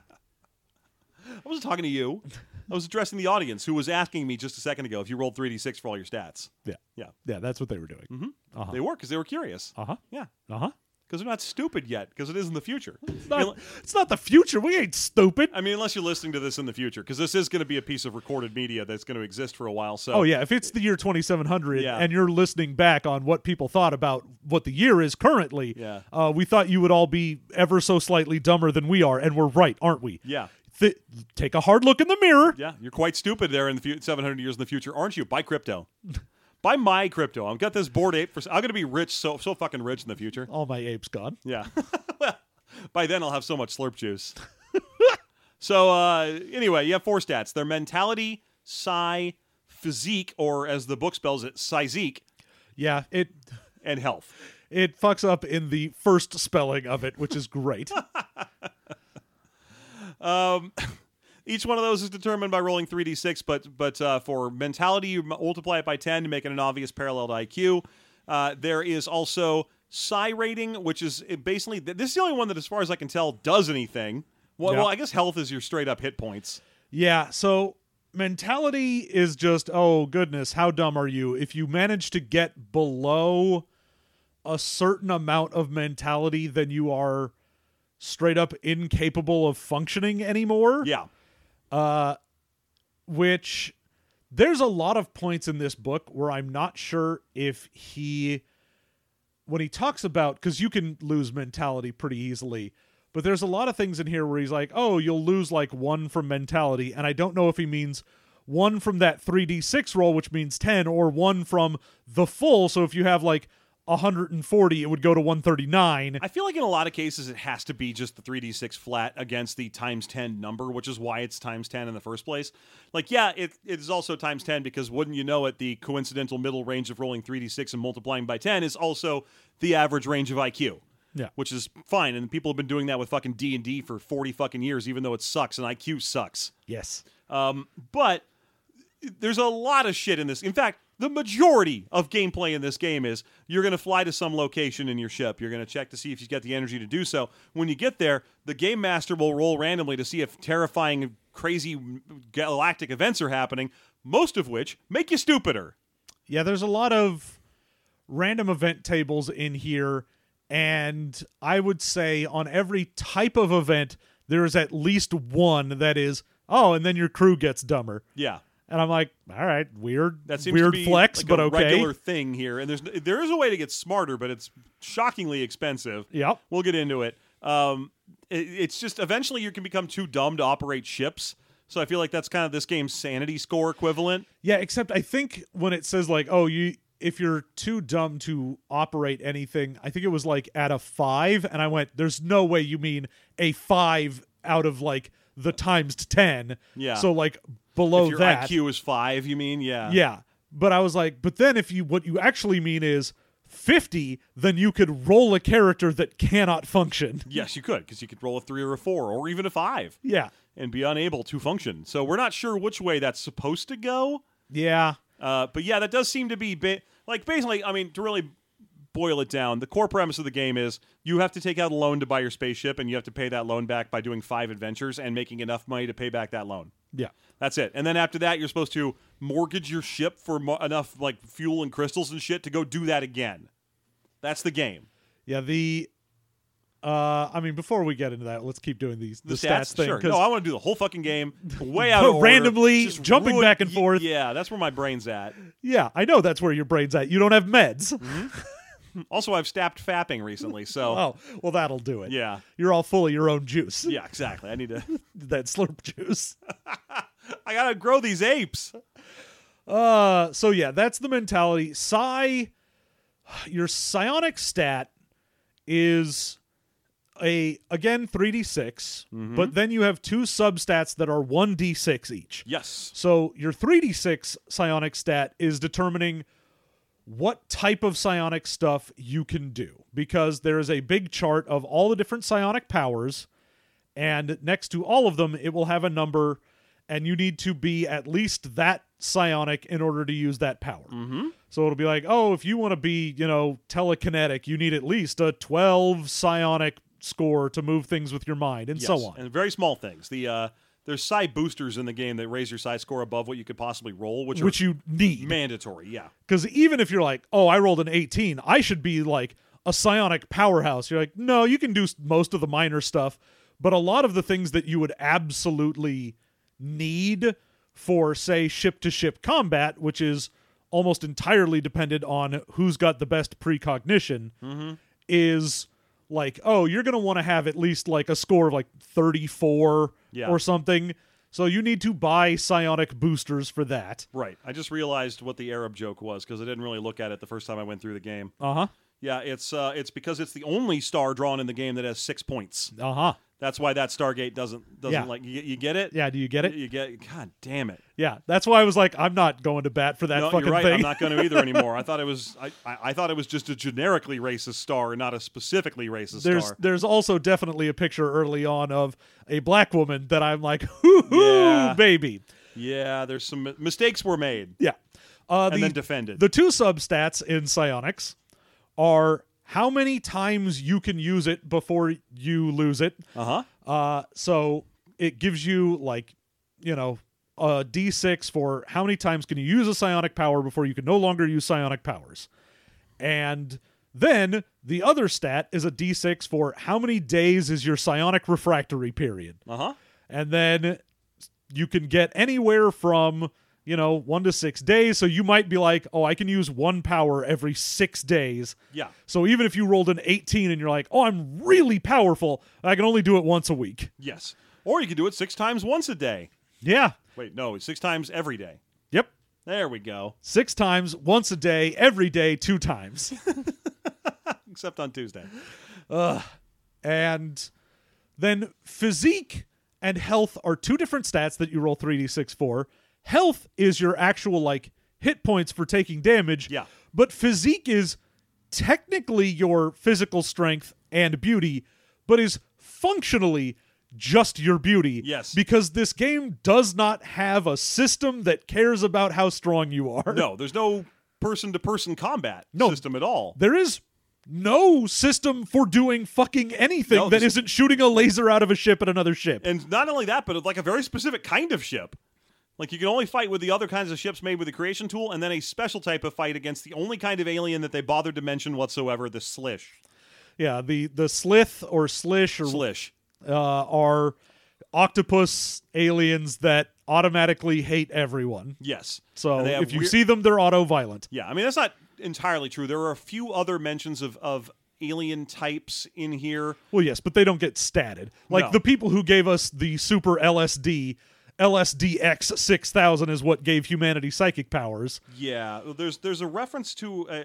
Speaker 1: I wasn't talking to you. I was addressing the audience who was asking me just a second ago if you rolled 3d6 for all your stats.
Speaker 2: yeah.
Speaker 1: Yeah.
Speaker 2: Yeah, that's what they were doing. Mm-hmm. Uh-huh.
Speaker 1: They were because they were curious.
Speaker 2: Uh-huh.
Speaker 1: Yeah.
Speaker 2: Uh-huh.
Speaker 1: Because they're not stupid yet because it is in the future.
Speaker 2: It's not, it's not the future. We ain't stupid.
Speaker 1: I mean, unless you're listening to this in the future because this is going to be a piece of recorded media that's going to exist for a while. So
Speaker 2: Oh, yeah. If it's the year 2700
Speaker 1: Yeah.
Speaker 2: and you're listening back on what people thought about what the year is currently,
Speaker 1: Yeah.
Speaker 2: uh, we thought you would all be ever so slightly dumber than we are, and we're right, aren't we?
Speaker 1: Yeah.
Speaker 2: Th- take a hard look in the mirror.
Speaker 1: Yeah, you're quite stupid there in the few, 700 years in the future, aren't you? Buy crypto. Buy my crypto. I've got this board ape for. I'm gonna be rich, so so fucking rich in the future.
Speaker 2: All my apes gone.
Speaker 1: Yeah. well, by then I'll have so much slurp juice. so uh, anyway, you have four stats: their mentality, psi, physique, or as the book spells it, physique,
Speaker 2: Yeah, it
Speaker 1: and health.
Speaker 2: it fucks up in the first spelling of it, which is great.
Speaker 1: Each one of those is determined by rolling 3d6, but but uh, for mentality, you multiply it by 10 to make it an obvious parallel to IQ. Uh, there is also psi rating, which is it basically th- this is the only one that, as far as I can tell, does anything Well,
Speaker 2: Yeah.
Speaker 1: well, I guess health is your straight up hit points.
Speaker 2: Yeah, so mentality is just, oh goodness, how dumb are you? If you manage to get below a certain amount of mentality, then you are straight up incapable of functioning anymore.
Speaker 1: Yeah.
Speaker 2: Which there's a lot of points in this book where I'm not sure if he when he talks about because you can lose mentality pretty easily but there's a lot of things in here where he's like oh you'll lose like one from mentality and i don't know if he means one from that 3d6 roll which means 10 or one from the full so if you have like 140 it would go to 139
Speaker 1: I feel like in a lot of cases it has to be just the 3d6 flat against the times 10 number, which is why it's times 10 in the first place. Like, yeah, it, it is also times 10 because wouldn't you know it, the coincidental middle range of rolling 3d6 and multiplying by 10 is also the average range of IQ.
Speaker 2: Yeah.
Speaker 1: Which is fine, and people have been doing that with fucking D and D for forty fucking years, even though it sucks and IQ sucks.
Speaker 2: yes
Speaker 1: Um, but there's a lot of shit in this. In fact, the majority of gameplay in this game is you're going to fly to some location in your ship. You're going to check to see if you've got the energy to do so. When you get there, the game master will roll randomly to see if terrifying, crazy galactic events are happening, most of which make you stupider.
Speaker 2: Yeah, there's a lot of random event tables in here, and I would say on every type of event, there is at least one that is, oh, and then your crew gets dumber.
Speaker 1: Yeah.
Speaker 2: And I'm like, all right, weird,
Speaker 1: That seems
Speaker 2: weird
Speaker 1: to be
Speaker 2: flex,
Speaker 1: like
Speaker 2: but
Speaker 1: a
Speaker 2: okay.
Speaker 1: regular thing here. And there's there is a way to get smarter, but it's shockingly expensive.
Speaker 2: Yep.
Speaker 1: We'll get into it. Um, it- it's just eventually you can become too dumb to operate ships. So I feel like that's kind of this game's sanity score equivalent.
Speaker 2: Yeah, except I think when it says like, oh, you if you're too dumb to operate anything, I think it was like at a five, and I went, there's no way you mean a five out of like the times ten.
Speaker 1: Yeah.
Speaker 2: So like
Speaker 1: if
Speaker 2: below
Speaker 1: your
Speaker 2: Oh, that.
Speaker 1: IQ is five, you mean? Yeah.
Speaker 2: Yeah. But I was like, but then if you what you actually mean is 50, then you could roll a character that cannot function.
Speaker 1: Yes, you could because you could roll a three or a four or even a five
Speaker 2: Yeah.
Speaker 1: and be unable to function. So we're not sure which way that's supposed to go.
Speaker 2: Yeah.
Speaker 1: Uh, but yeah, that does seem to be ba- like basically. I mean, to really boil it down, the core premise of the game is you have to take out a loan to buy your spaceship, and you have to pay that loan back by doing five adventures and making enough money to pay back that loan.
Speaker 2: Yeah.
Speaker 1: That's it. And then after that, you're supposed to mortgage your ship for mo- enough like fuel and crystals and shit to go do that again. That's the game.
Speaker 2: Yeah, the uh I mean before we get into that, let's keep doing these the, stats, thing
Speaker 1: sure.
Speaker 2: 'cause
Speaker 1: No, I want to do the whole fucking game way out of order.
Speaker 2: Randomly
Speaker 1: Just
Speaker 2: jumping
Speaker 1: ruin-
Speaker 2: back and
Speaker 1: y-
Speaker 2: forth.
Speaker 1: Yeah, that's where my brain's at.
Speaker 2: yeah, I know that's where your brain's at. You don't have meds.
Speaker 1: Also, I've stopped fapping recently, so
Speaker 2: Oh, well that'll do it.
Speaker 1: yeah,
Speaker 2: You're all full of your own juice.
Speaker 1: yeah, exactly. I need to.
Speaker 2: That slurp juice.
Speaker 1: I gotta grow these apes.
Speaker 2: Uh, so yeah, that's the mentality. Psi, your psionic stat is a again 3d6,
Speaker 1: Mm-hmm.
Speaker 2: but then you have two substats that are 1d6 each.
Speaker 1: Yes.
Speaker 2: So your 3d6 psionic stat is determining what type of psionic stuff you can do because there is a big chart of all the different psionic powers and next to all of them it will have a number and you need to be at least that psionic in order to use that power
Speaker 1: Mm-hmm.
Speaker 2: so it'll be like oh if you want to be you know telekinetic you need at least a 12 psionic score to move things with your mind and so
Speaker 1: Yes.
Speaker 2: on
Speaker 1: And very small things. The uh, there's psi boosters in the game that raise your psi score above what you could possibly roll, which,
Speaker 2: which you need
Speaker 1: are mandatory. Yeah.
Speaker 2: Because even if you're like, oh, I rolled an 18, I should be like a psionic powerhouse. You're like, no, you can do s- most of the minor stuff, but a lot of the things that you would absolutely need for, say, ship to ship combat, which is almost entirely dependent on who's got the best precognition, is like, oh, you're going to want to have at least like a score of like 34
Speaker 1: Yeah.
Speaker 2: or something. So you need to buy psionic boosters for that.
Speaker 1: Right. I just realized what the Arab joke was because I didn't really look at it the first time I went through the game.
Speaker 2: Uh huh.
Speaker 1: Yeah, it's uh, it's because it's the only star drawn in the game that has six points.
Speaker 2: Uh huh.
Speaker 1: That's why that Stargate doesn't doesn't
Speaker 2: Yeah.
Speaker 1: like you, you get it.
Speaker 2: Yeah, do you get it?
Speaker 1: You get. God damn it.
Speaker 2: Yeah, that's why I was like, I'm not going to bat for that
Speaker 1: No,
Speaker 2: fucking
Speaker 1: you're right.
Speaker 2: thing.
Speaker 1: I'm not going to either anymore. I thought it was. I, I, I thought it was just a generically racist star, not a specifically racist
Speaker 2: there's
Speaker 1: star.
Speaker 2: there's also definitely a picture early on of a black woman that I'm like, hoo hoo,
Speaker 1: Yeah.
Speaker 2: baby.
Speaker 1: Yeah, there's some mi- mistakes were made
Speaker 2: Yeah. Uh,
Speaker 1: and
Speaker 2: the,
Speaker 1: then defended.
Speaker 2: the two substats in psionics are how many times you can use it before you lose it,
Speaker 1: uh huh.
Speaker 2: Uh, so it gives you like, you know, a d6 for how many times can you use a psionic power before you can no longer use psionic powers. And then the other stat is a d6 for how many days is your psionic refractory period.
Speaker 1: Uh huh.
Speaker 2: And then you can get anywhere from, you know, one to six days. So you might be like, oh, I can use one power every six days.
Speaker 1: Yeah.
Speaker 2: So even if you rolled an 18 and you're like, oh, I'm really powerful, I can only do it once a week.
Speaker 1: Yes. Or you can do it six times once a day.
Speaker 2: Yeah.
Speaker 1: Wait, no, six times every day.
Speaker 2: Yep.
Speaker 1: There we go.
Speaker 2: Six times, once a day, every day, two times.
Speaker 1: Except on Tuesday.
Speaker 2: and then physique and health are two different stats that you roll 3d6 for. Health is your actual like hit points for taking damage.
Speaker 1: Yeah.
Speaker 2: But physique is technically your physical strength and beauty, but is functionally just your beauty.
Speaker 1: Yes.
Speaker 2: Because this game does not have a system that cares about how strong you are.
Speaker 1: No, there's no person to person combat
Speaker 2: No.
Speaker 1: system at all.
Speaker 2: There is no system for doing fucking anything
Speaker 1: No,
Speaker 2: that
Speaker 1: this-
Speaker 2: isn't shooting a laser out of a ship at another ship.
Speaker 1: And not only that, but it's like a very specific kind of ship. Like you can only fight with the other kinds of ships made with the creation tool, and then a special type of fight against the only kind of alien that they bothered to mention whatsoever, the Slish.
Speaker 2: Yeah, the the slith or slish or
Speaker 1: Slish.
Speaker 2: uh, are octopus aliens that automatically hate everyone.
Speaker 1: Yes.
Speaker 2: So
Speaker 1: And they have
Speaker 2: if you
Speaker 1: weird-
Speaker 2: see them, they're auto violent.
Speaker 1: Yeah, I mean that's not entirely true. There are a few other mentions of of alien types in here.
Speaker 2: Well, yes, but they don't get statted. Like
Speaker 1: No.
Speaker 2: the people who gave us the super LSD, LSDX six thousand is what gave humanity psychic powers.
Speaker 1: Yeah, there's there's a reference to uh,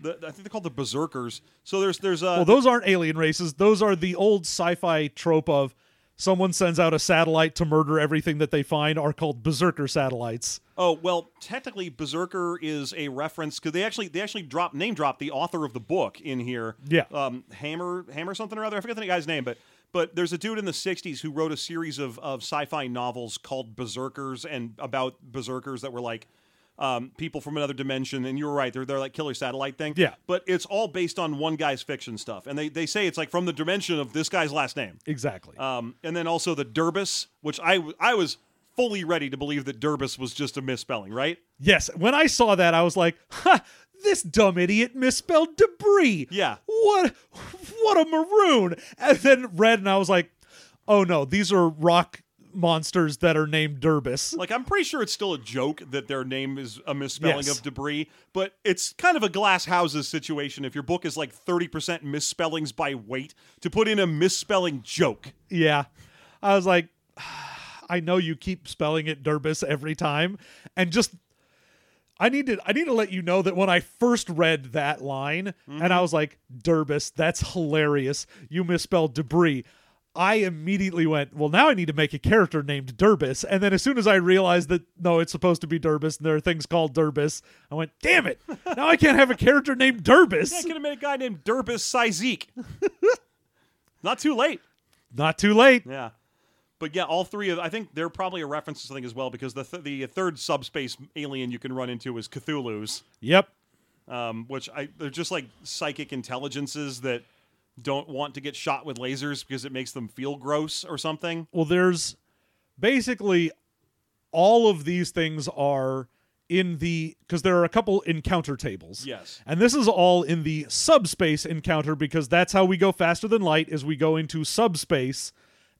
Speaker 1: the I think they're called the berserkers. So there's there's uh,
Speaker 2: Well, those aren't alien races. Those are the old sci-fi trope of someone sends out a satellite to murder everything that they find are called berserker satellites.
Speaker 1: oh well technically berserker is a reference because they actually they actually drop name drop the author of the book in here.
Speaker 2: Yeah.
Speaker 1: um, Hammer Hammer something or other. I forget the guy's name, but. But there's a dude in the '60s who wrote a series of, of sci-fi novels called Berserkers and about berserkers that were like um, people from another dimension. And you were right; they're they're like killer satellite thing.
Speaker 2: Yeah.
Speaker 1: But it's all based on one guy's fiction stuff, and they they say it's like from the dimension of this guy's last name.
Speaker 2: Exactly.
Speaker 1: Um, and then also the Derbis, which I w- I was fully ready to believe that Derbis was just a misspelling, right?
Speaker 2: Yes, when I saw that, I was like, "Ha! This dumb idiot misspelled debris.
Speaker 1: Yeah.
Speaker 2: What? What a maroon!" And then read, and I was like, "Oh no, these are rock monsters that are named Derbis."
Speaker 1: Like I'm pretty sure it's still a joke that their name is a misspelling
Speaker 2: Yes.
Speaker 1: of debris, but it's kind of a glass houses situation if your book is like 30% misspellings by weight to put in a misspelling joke.
Speaker 2: Yeah, I was like, "I know you keep spelling it Derbis every time," and just. I need to I need to let you know that when I first read that line and I was like, Derbis, that's hilarious. You misspelled debris. I immediately went, well, now I need to make a character named Derbis. And then as soon as I realized that no, it's supposed to be Derbis and there are things called Derbis, I went, damn it. Now I can't have a character named Derbis.
Speaker 1: I could have made a guy named Derbis Sizeek. Not too late.
Speaker 2: Not too late.
Speaker 1: Yeah. But yeah, all three of I think they're probably a reference to something as well because the th- the third subspace alien you can run into is Cthulhu's.
Speaker 2: Yep.
Speaker 1: um, which I they're just like psychic intelligences that don't want to get shot with lasers because it makes them feel gross or something.
Speaker 2: Well, there's basically all of these things are in the because there are a couple encounter tables.
Speaker 1: Yes.
Speaker 2: And this is all in the subspace encounter because that's how we go faster than light is we go into subspace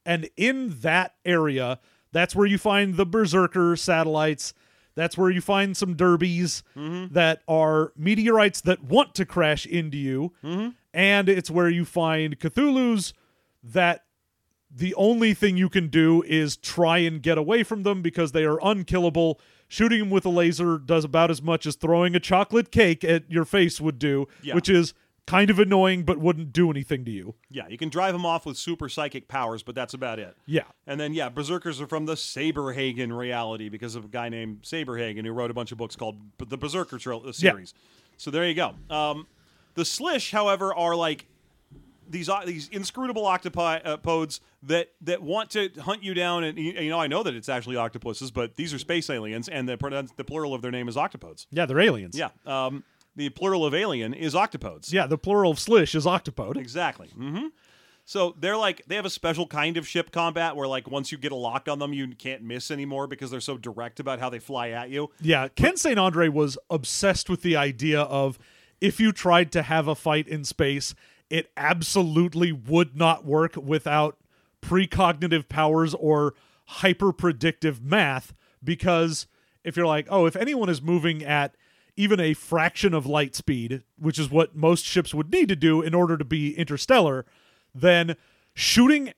Speaker 2: and in that area that's where you find the berserker satellites. That's where you find some derbies that are meteorites that want to crash into you. And it's where you find Cthulhu's that the only thing you can do is try and get away from them because they are unkillable. Shooting them with a laser does about as much as throwing a chocolate cake at your face would do,
Speaker 1: Yeah.
Speaker 2: which is kind of annoying but wouldn't do anything to you.
Speaker 1: Yeah, you can drive them off with super psychic powers, but that's about it.
Speaker 2: Yeah.
Speaker 1: And then yeah, berserkers are from the Saberhagen reality because of a guy named Saberhagen who wrote a bunch of books called B- the Berserker Tril- uh, series. So there you go. Um, the Slish, however, are like these o- these inscrutable octopi uh, pods that that want to hunt you down. And you, you know, I know that it's actually octopuses, but these are space aliens, and the pronouns- the plural of their name is octopodes.
Speaker 2: Yeah, they're aliens.
Speaker 1: Yeah. Um, the plural of alien is octopodes.
Speaker 2: Yeah, the plural of slish is octopode.
Speaker 1: Exactly. hmm So they're like they have a special kind of ship combat where like once you get a lock on them, you can't miss anymore because they're so direct about how they fly at you.
Speaker 2: Yeah, Ken St. Andre was obsessed with the idea of if you tried to have a fight in space, it absolutely would not work without precognitive powers or hyper predictive math. Because if you're like, oh, if anyone is moving at even a fraction of light speed, which is what most ships would need to do in order to be interstellar, then shooting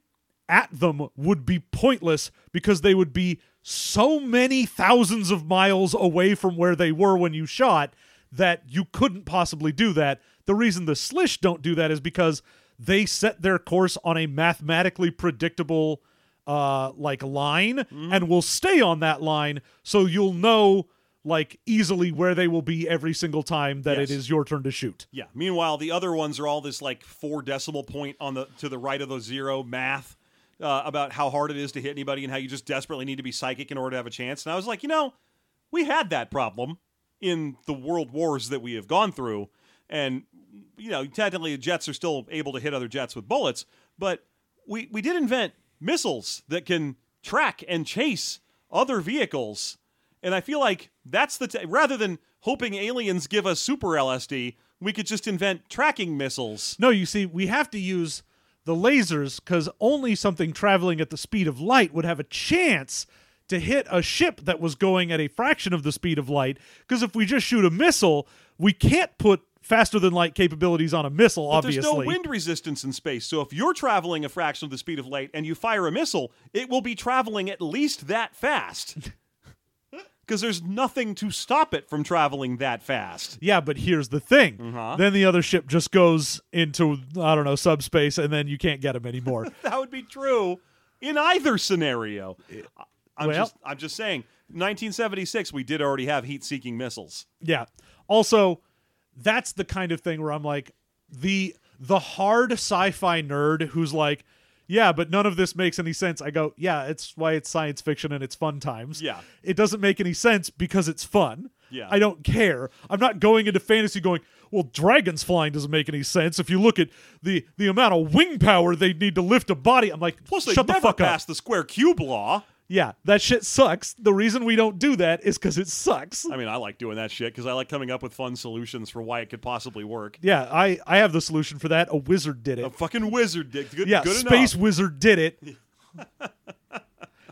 Speaker 2: at them would be pointless because they would be so many thousands of miles away from where they were when you shot that you couldn't possibly do that. The reason the Slish don't do that is because they set their course on a mathematically predictable uh like line and will stay on that line so you'll know like easily where they will be every single time that
Speaker 1: Yes.
Speaker 2: it is your turn to shoot.
Speaker 1: Yeah. Meanwhile, the other ones are all this like four decimal point on the to the right of the zero math uh, about how hard it is to hit anybody and how you just desperately need to be psychic in order to have a chance. And I was like, you know, we had that problem in the world wars that we have gone through, and you know, technically the jets are still able to hit other jets with bullets, but we we did invent missiles that can track and chase other vehicles. And I feel like that's the t- rather than hoping aliens give us super LSD, we could just invent tracking missiles.
Speaker 2: No, you see, we have to use the lasers because only something traveling at the speed of light would have a chance to hit a ship that was going at a fraction of the speed of light. Because if we just shoot a missile, we can't put faster than light capabilities on a missile, obviously.
Speaker 1: There's no wind resistance in space, so if you're traveling a fraction of the speed of light and you fire a missile, it will be traveling at least that fast. Because there's nothing to stop it from traveling that fast.
Speaker 2: Yeah, but here's the thing.
Speaker 1: Uh-huh.
Speaker 2: Then the other ship just goes into, I don't know, subspace, and then you can't get them anymore.
Speaker 1: That would be true in either scenario. I- I'm
Speaker 2: Well-
Speaker 1: just I'm just saying, 1976 we did already have heat-seeking missiles.
Speaker 2: Yeah. Also, that's the kind of thing where I'm like the the hard sci-fi nerd who's like, yeah, but none of this makes any sense. I go, yeah, it's why it's science fiction and it's fun times.
Speaker 1: Yeah.
Speaker 2: It doesn't make any sense because it's fun.
Speaker 1: Yeah.
Speaker 2: I don't care. I'm not going into fantasy going, well, dragons flying doesn't make any sense if you look at the the amount of wing power they need to lift a body. I'm like,
Speaker 1: Plus, they
Speaker 2: shut
Speaker 1: never
Speaker 2: the fuck up.
Speaker 1: passed the square cube law.
Speaker 2: Yeah, that shit sucks. The reason we don't do that is because it sucks.
Speaker 1: I mean, I like doing that shit because I like coming up with fun solutions for why it could possibly work.
Speaker 2: Yeah, I I have the solution for that. A wizard did it.
Speaker 1: A fucking wizard, dick. Good,
Speaker 2: yeah,
Speaker 1: good
Speaker 2: space
Speaker 1: enough.
Speaker 2: wizard did it.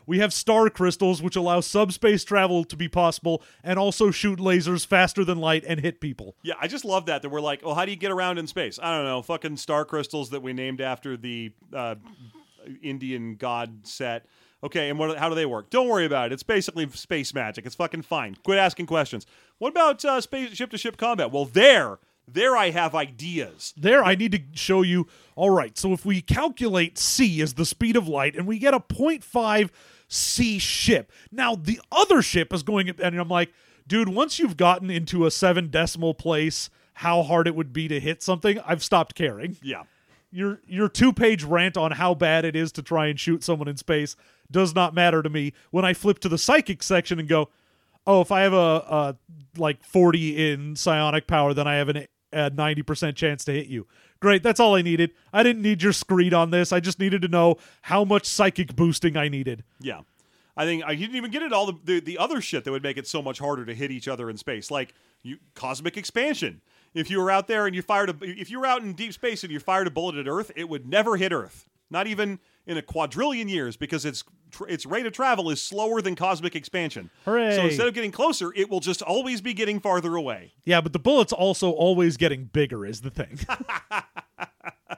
Speaker 2: we have star crystals which allow subspace travel to be possible and also shoot lasers faster than light and hit people.
Speaker 1: Yeah, I just love that. That we're like, oh, how do you get around in space? I don't know. Fucking star crystals that we named after the uh, Indian god set. Okay, and what, how do they work? Don't worry about it. It's basically space magic. It's fucking fine. Quit asking questions. What about uh, space ship to ship combat? Well, there, there, I have ideas.
Speaker 2: There I need to show you. All right, so if we calculate c as the speed of light and we get a 0.5 c ship. Now the other ship is going and I'm like, dude, once you've gotten into a 7 decimal place how hard it would be to hit something, I've stopped caring.
Speaker 1: Yeah.
Speaker 2: your your two page rant on how bad it is to try and shoot someone in space does not matter to me when I flip to the psychic section and go, oh, if I have a, a like 40 in psionic power, then I have an, a 90% chance to hit you. Great, that's all I needed. I didn't need your screed on this. I just needed to know how much psychic boosting I needed.
Speaker 1: Yeah. I think I didn't even get at all the, the, the other shit that would make it so much harder to hit each other in space, like you, cosmic expansion. If you were out there and you fired a, if you were out in deep space and you fired a bullet at Earth, it would never hit Earth, not even in a quadrillion years, because its tr- its rate of travel is slower than cosmic expansion.
Speaker 2: Hooray.
Speaker 1: So instead of getting closer, it will just always be getting farther away.
Speaker 2: Yeah, but the bullet's also always getting bigger, is the thing.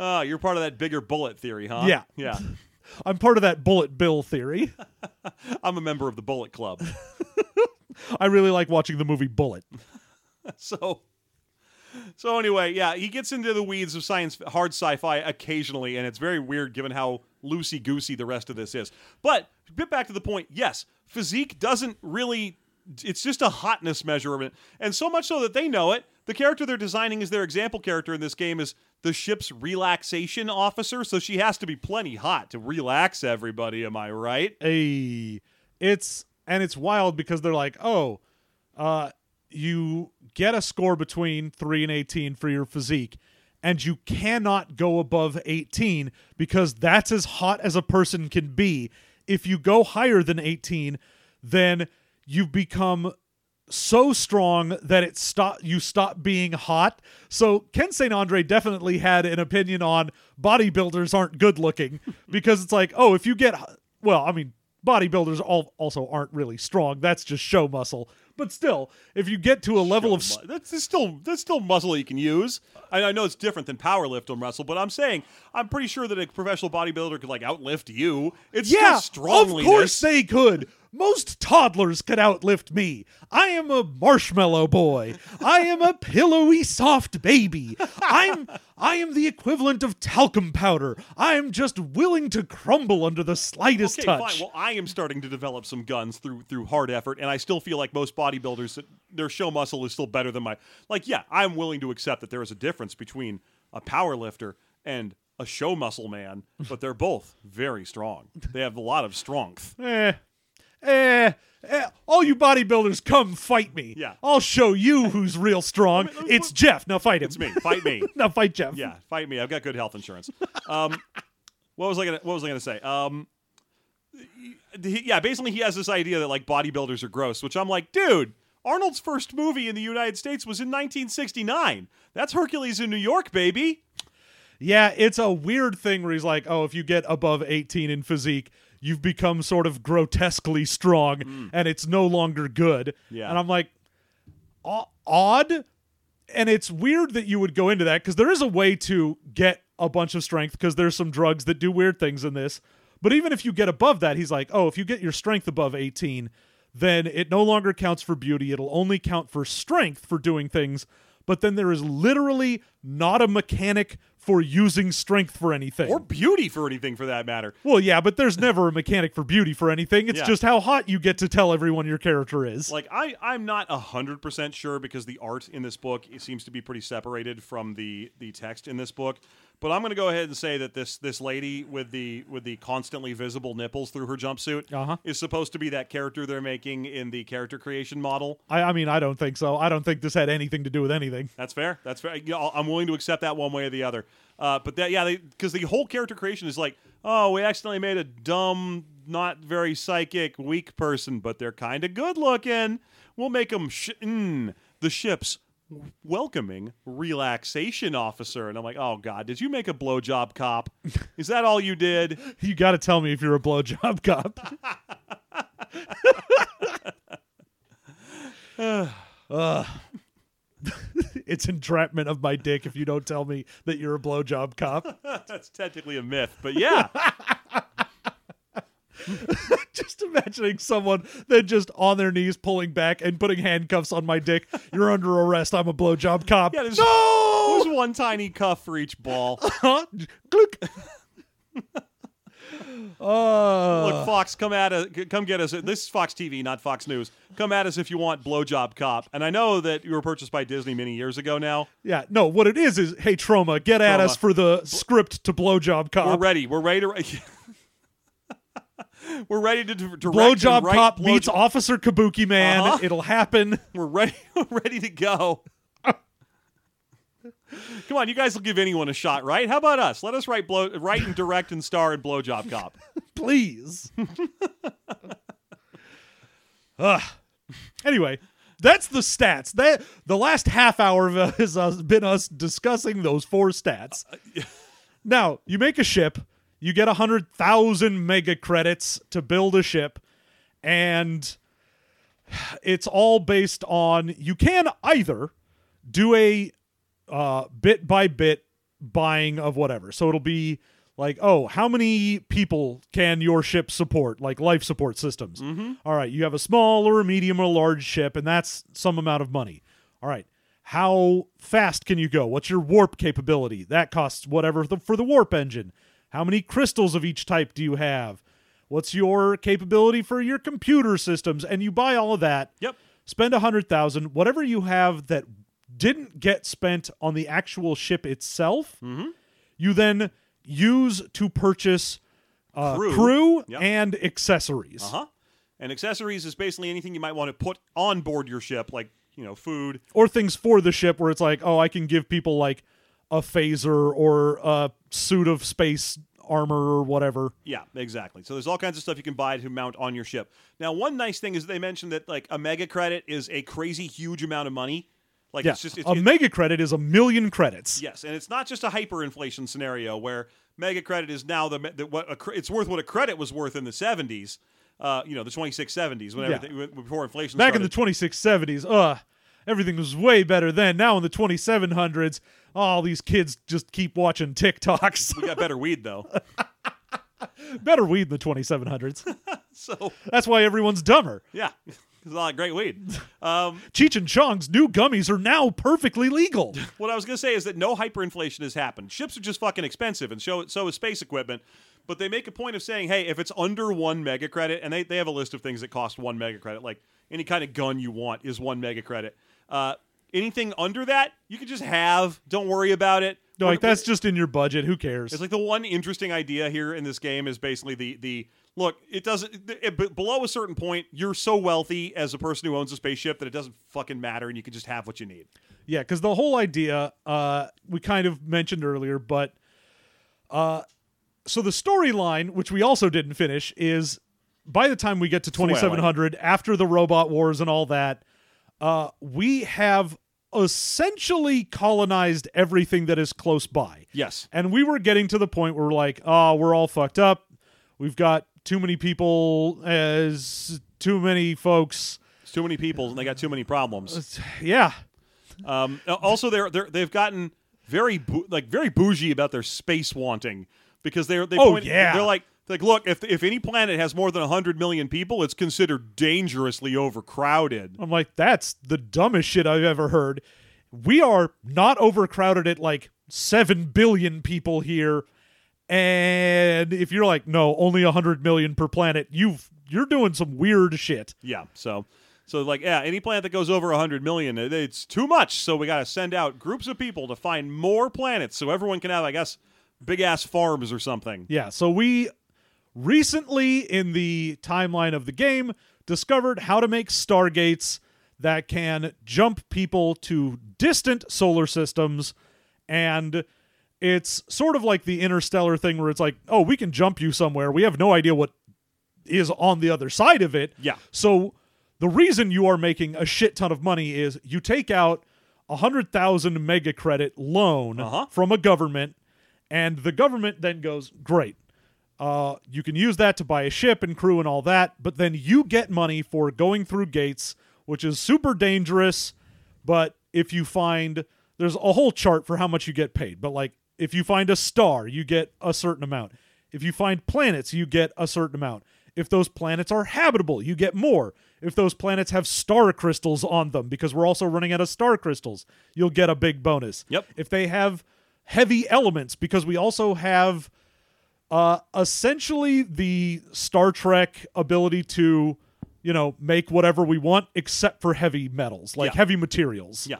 Speaker 1: Ah, you're part of that bigger bullet theory, huh?
Speaker 2: Yeah.
Speaker 1: Yeah.
Speaker 2: I'm part of that bullet bill theory.
Speaker 1: I'm a member of the Bullet Club.
Speaker 2: I really like watching the movie Bullet.
Speaker 1: So So anyway, yeah, he gets into the weeds of science, hard sci-fi occasionally, and it's very weird given how loosey goosey the rest of this is. But a bit back to the point, yes, physique doesn't really. It's just a hotness measurement, and so much so that they know it. The character they're designing is their example character in this game is the ship's relaxation officer, so she has to be plenty hot to relax everybody. Am I right?
Speaker 2: a it's and it's wild because they're like oh uh you get a score between 3 and 18 for your physique and you cannot go above 18 because that's as hot as a person can be if you go higher than 18 then you've become so strong that it stop you stop being hot so ken st andre definitely had an opinion on bodybuilders aren't good looking because it's like oh if you get well i mean bodybuilders all also aren't really strong that's just show muscle but still if you get to a level of s-
Speaker 1: Mu- that's, that's still that's still muscle you can use. I, I know it's different than powerlift and muscle, but I'm saying I'm pretty sure that a professional bodybuilder could like outlift you. It's
Speaker 2: yeah
Speaker 1: still strongly.
Speaker 2: of course they could most toddlers could outlift me i am a marshmallow boy i am a pillowy soft baby i'm i am the equivalent of talcum powder i'm just willing to crumble under the slightest
Speaker 1: Okay,
Speaker 2: touch
Speaker 1: fine. Well, I am starting to develop some guns through through hard effort, and I still feel like most bodybuilders that their show muscle is still better than my. Like, yeah, I'm willing to accept that there is a difference between a power lifter and a show muscle man, but they're both very strong. They have a lot of strength.
Speaker 2: Eh, eh, eh. All you bodybuilders, come fight me.
Speaker 1: Yeah.
Speaker 2: I'll show you who's real strong. It's Jeff. Now fight him.
Speaker 1: It's me. Fight me.
Speaker 2: now fight Jeff.
Speaker 1: Yeah, fight me. I've got good health insurance. Um, what was I gonna What was I gonna say? Um, he- yeah, basically he has this idea that like bodybuilders are gross, which I'm like, dude. Arnold's first movie in the United States was in 1969. That's Hercules in New York, baby.
Speaker 2: Yeah, it's a weird thing where he's like, oh, if you get above 18 in physique, you've become sort of grotesquely strong and it's no longer good.
Speaker 1: Yeah.
Speaker 2: And I'm like, o- odd. And it's weird that you would go into that because there is a way to get a bunch of strength because there's some drugs that do weird things in this. But even if you get above that, he's like, oh, if you get your strength above 18, then it no longer counts for beauty. It'll only count for strength for doing things. But then there is literally not a mechanic for using strength for anything.
Speaker 1: Or beauty for anything for that matter.
Speaker 2: well, yeah, but there's never a mechanic for beauty for anything. It's
Speaker 1: Yeah.
Speaker 2: just how hot you get to tell everyone your character is.
Speaker 1: Like I, I'm not hundred percent sure because the art in this book it seems to be pretty separated from the the text in this book. But I'm going to go ahead and say that this this lady with the with the constantly visible nipples through her jumpsuit
Speaker 2: Uh-huh.
Speaker 1: is supposed to be that character they're making in the character creation model.
Speaker 2: I, I mean, I don't think so. I don't think this had anything to do with anything.
Speaker 1: That's fair. That's fair. Yeah, I'll- I'm willing to accept that one way or the other. Uh, but that, yeah, because the whole character creation is like, oh, we accidentally made a dumb, not very psychic, weak person, but they're kind of good looking. We'll make them sh- mm, the ship's welcoming relaxation officer. And I'm like, oh god, did you make a blowjob cop? Is that all you did?
Speaker 2: You got to tell me if you're a blowjob cop. Ugh. it's entrapment of my dick if you don't tell me that you're a blowjob cop.
Speaker 1: That's technically a myth, but yeah,
Speaker 2: just imagining someone that just on their knees pulling back and putting handcuffs on my dick. You're under arrest. I'm a blowjob cop.
Speaker 1: yeah. There's,
Speaker 2: no!
Speaker 1: there's one tiny cuff for each ball.
Speaker 2: Huh? Gluk. Uh,
Speaker 1: Look, Fox, come at us. c- Come get us. This is Fox TV, not Fox News. Come at us if you want blowjob cop. And I know that you were purchased by Disney many years ago. Now
Speaker 2: yeah, no, what it is is, hey, Troma, get at
Speaker 1: Troma.
Speaker 2: us for the script to blowjob cop.
Speaker 1: we're ready. We're ready to. we're ready to d- direct and
Speaker 2: Blowjob
Speaker 1: write
Speaker 2: cop
Speaker 1: blowjo-
Speaker 2: meets Officer Kabuki Man.
Speaker 1: Uh-huh.
Speaker 2: It'll happen.
Speaker 1: We're ready. We're ready to go. Come on, you guys will give anyone a shot, right? How about us? Let us write blow, write and direct and star in blowjob cop.
Speaker 2: Please. Ugh. Anyway, that's the stats. That the last half hour of it has us, been us discussing those four stats. now, you make a ship, you get 100,000 mega credits to build a ship, and it's all based on you can either do a uh, bit by bit buying of whatever. So it'll be like, oh, how many people can your ship support? Like life support systems. All right, you have a small or a medium or a large ship, and that's some amount of money. All right, How fast can you go? What's your warp capability? That costs whatever the, for the warp engine. How many crystals of each type do you have? What's your capability for your computer systems? And you buy all of that.
Speaker 1: Yep.
Speaker 2: Spend a hundred thousand. Whatever you have that didn't get spent on the actual ship itself,
Speaker 1: Mm-hmm.
Speaker 2: you then use to purchase uh,
Speaker 1: Crew.
Speaker 2: crew,
Speaker 1: Yep.
Speaker 2: and accessories.
Speaker 1: Uh huh. And accessories is basically anything you might want to put on board your ship, like you know, food.
Speaker 2: or things for the ship where it's like, oh, I can give people like a phaser or a suit of space armor or whatever.
Speaker 1: Yeah, exactly. So there's all kinds of stuff you can buy to mount on your ship. Now, one nice thing is they mentioned that like a mega credit is a crazy huge amount of money. Like
Speaker 2: Yeah,
Speaker 1: it's just it's,
Speaker 2: a
Speaker 1: it-
Speaker 2: mega credit is a million credits.
Speaker 1: yes, and it's not just a hyperinflation scenario where mega credit is now the, the what a, cre- it's worth what a credit was worth in the 70s. Uh, you know, the 2670s when
Speaker 2: Yeah.
Speaker 1: everything when- before inflation
Speaker 2: Back in
Speaker 1: started.
Speaker 2: the 2670s, ugh, everything was way better then. Now in the 2700s, all these kids just keep watching TikToks.
Speaker 1: we got better weed though.
Speaker 2: better weed in the 2700s.
Speaker 1: so
Speaker 2: That's why everyone's dumber.
Speaker 1: yeah, it's a lot of great weed. Um,
Speaker 2: Cheech and Chong's new gummies are now perfectly legal.
Speaker 1: What I was going to say is that no hyperinflation has happened. Ships are just fucking expensive, and so, so is space equipment. But they make a point of saying, hey, if it's under one mega credit, and they, they have a list of things that cost one mega credit, like any kind of gun you want is one mega credit. Uh, anything under that, you can just have. Don't worry about it.
Speaker 2: like,
Speaker 1: We're-
Speaker 2: that's just in your budget. Who cares?
Speaker 1: it's like the one interesting idea here in this game is basically the the look. It doesn't it, but below a certain point, you're so wealthy as a person who owns a spaceship that it doesn't fucking matter, and you can just have what you need.
Speaker 2: Yeah, because the whole idea uh, we kind of mentioned earlier, but uh, so the storyline, which we also didn't finish, is by the time we get to
Speaker 1: way I like it.
Speaker 2: 2700, after the robot wars and all that, uh, we have essentially colonized everything that is close by.
Speaker 1: Yes.
Speaker 2: And we were getting to the point where we're like, oh, we're all fucked up. We've got too many people, as too many folks.
Speaker 1: It's too many people, and they got too many problems.
Speaker 2: Yeah.
Speaker 1: Um, also, they're, they're they've gotten very bou- like very bougie about their space wanting because they're they
Speaker 2: Oh,
Speaker 1: point-
Speaker 2: yeah.
Speaker 1: they're like like look if if any planet has more than hundred million people, it's considered dangerously overcrowded.
Speaker 2: I'm like, that's the dumbest shit I've ever heard. We are not overcrowded at like 7 billion people here. And if you're like, no, only 100 million per planet, you've you're doing some weird shit.
Speaker 1: Yeah, so so like yeah, any planet that goes over hundred million, it, it's too much. So we got to send out groups of people to find more planets so everyone can have, I guess, big ass farms or something.
Speaker 2: Yeah, so we recently in the timeline of the game discovered how to make stargates that can jump people to distant solar systems and it's sort of like the interstellar thing where it's like, "Oh, we can jump you somewhere. We have no idea what is on the other side of it."
Speaker 1: Yeah.
Speaker 2: So the reason you are making a shit ton of money is you take out a hundred thousand mega credit loan
Speaker 1: Uh-huh.
Speaker 2: from a government, and the government then goes, "Great, uh, you can use that to buy a ship and crew and all that." But then you get money for going through gates, which is super dangerous. But if you find there's a whole chart for how much you get paid, but like if you find a star, you get a certain amount. If you find planets, you get a certain amount. If those planets are habitable, you get more. If those planets have star crystals on them, because we're also running out of star crystals, you'll get a big bonus.
Speaker 1: Yep.
Speaker 2: If they have heavy elements, because we also have uh, essentially the Star Trek ability to, you know, make whatever we want except for heavy metals, like
Speaker 1: Yeah.
Speaker 2: heavy materials.
Speaker 1: Yeah.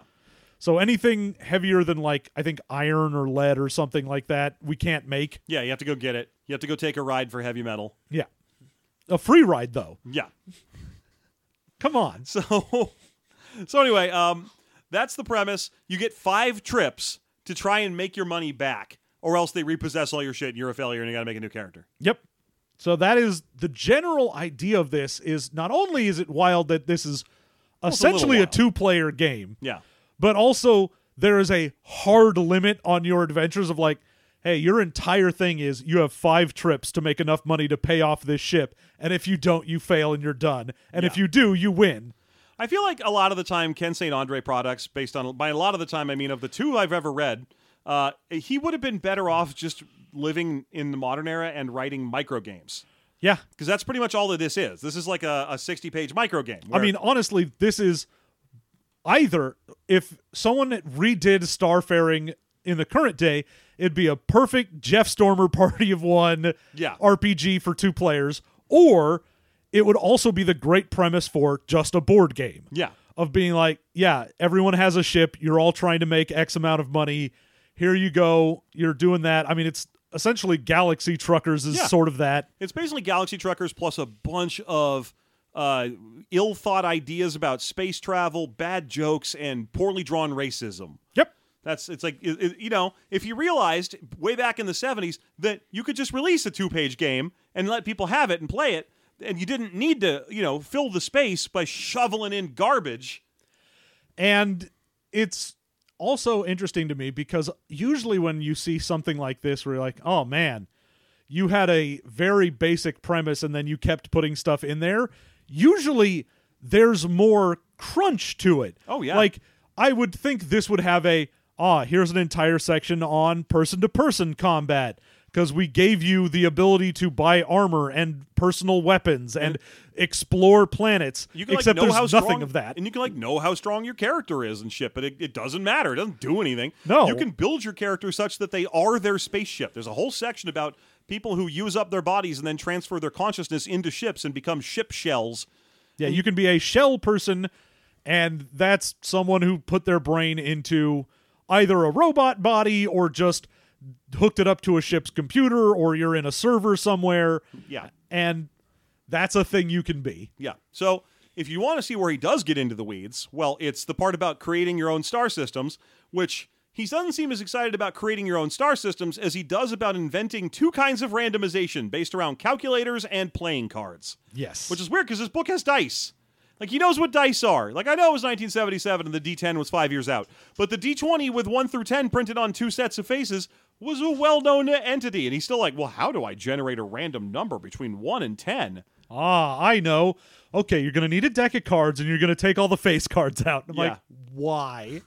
Speaker 2: So anything heavier than like I think iron or lead or something like that, we can't make.
Speaker 1: Yeah, you have to go get it. You have to go take a ride for heavy metal.
Speaker 2: Yeah. A free ride though.
Speaker 1: Yeah.
Speaker 2: Come on.
Speaker 1: So, so anyway, um, that's the premise. You get five trips to try and make your money back, or else they repossess all your shit and you're a failure and you got to make a new character.
Speaker 2: Yep. So that is the general idea of this is not only is it wild that this is
Speaker 1: it's a little
Speaker 2: essentially a
Speaker 1: wild.
Speaker 2: two-player game,
Speaker 1: Yeah,
Speaker 2: but also there is a hard limit on your adventures of like hey your entire thing is you have five trips to make enough money to pay off this ship and if you don't you fail and you're done and if
Speaker 1: Yeah.
Speaker 2: you do you win
Speaker 1: I feel like a lot of the time Ken St. Andre products, based on by a lot of the time I mean of the two I've ever read, uh, he would have been better off just living in the modern era and writing micro games
Speaker 2: yeah
Speaker 1: because that's pretty much all that this is. This is like a, a sixty page micro game.
Speaker 2: i mean honestly this is either if someone redid starfaring in the current day it'd be a perfect jeff stormer party of one
Speaker 1: Yeah.
Speaker 2: rpg for two players or it would also be the great premise for just a board game
Speaker 1: Yeah.
Speaker 2: of being like yeah everyone has a ship you're all trying to make x amount of money here you go you're doing that i mean it's essentially galaxy truckers is
Speaker 1: Yeah.
Speaker 2: sort of that
Speaker 1: It's basically Galaxy Truckers plus a bunch of uh, ill thought ideas about space travel, bad jokes, and poorly drawn racism.
Speaker 2: yep
Speaker 1: That's it's like it, it- you know if you realized way back in the '70s that you could just release a two-page game and let people have it and play it, and you didn't need to you know fill the space by shoveling in garbage.
Speaker 2: And it's also interesting to me because usually when you see something like this where you're like, oh man, you had a very basic premise and then you kept putting stuff in there, usually there's more crunch to it.
Speaker 1: Oh, yeah.
Speaker 2: Like I would think this would have a ah, here's an entire section on person to person combat. Because we gave you the ability to buy armor and personal weapons and, explore planets.
Speaker 1: You can
Speaker 2: except
Speaker 1: like know
Speaker 2: there's
Speaker 1: how
Speaker 2: nothing
Speaker 1: strong-
Speaker 2: of that.
Speaker 1: and you can like know how strong your character is and shit. But it, it doesn't matter. It doesn't do anything.
Speaker 2: No.
Speaker 1: you can build your character such that they are their spaceship. There's a whole section about people who use up their bodies and then transfer their consciousness into ships and become ship shells.
Speaker 2: Yeah, you can be a shell person, and that's someone who put their brain into either a robot body or just hooked it up to a ship's computer, or you're in a server somewhere.
Speaker 1: Yeah.
Speaker 2: And that's a thing you can be.
Speaker 1: Yeah. So if you want to see where he does get into the weeds, well, it's the part about creating your own star systems, which he doesn't seem as excited about creating your own star systems as he does about inventing two kinds of randomization based around calculators and playing cards.
Speaker 2: Yes.
Speaker 1: Which is weird because this book has dice. Like he knows what dice are. Like I know it was 1977 and the D10 was five years out, but the D20 with one through ten printed on two sets of faces was a well-known entity, and he's still like, well, how do I generate a random number between one and ten?
Speaker 2: ah, I know. Okay, you're going to need a deck of cards, and you're going to take all the face cards out. And I'm like, why?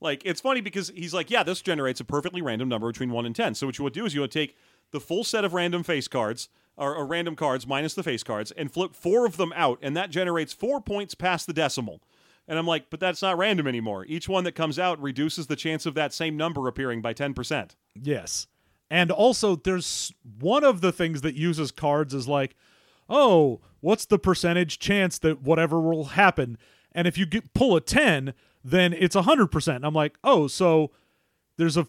Speaker 1: Like it's funny because he's like, yeah, this generates a perfectly random number between one and ten. So what you would do is you would take the full set of random face cards or, or random cards minus the face cards and flip four of them out, and that generates four points past the decimal. And I'm like, but that's not random anymore. Each one that comes out reduces the chance of that same number appearing by ten percent.
Speaker 2: Yes. And also there's one of the things that uses cards is like, oh, what's the percentage chance that whatever will happen? And if you get, pull a 10, then it's 100%. And I'm like, oh, so there's a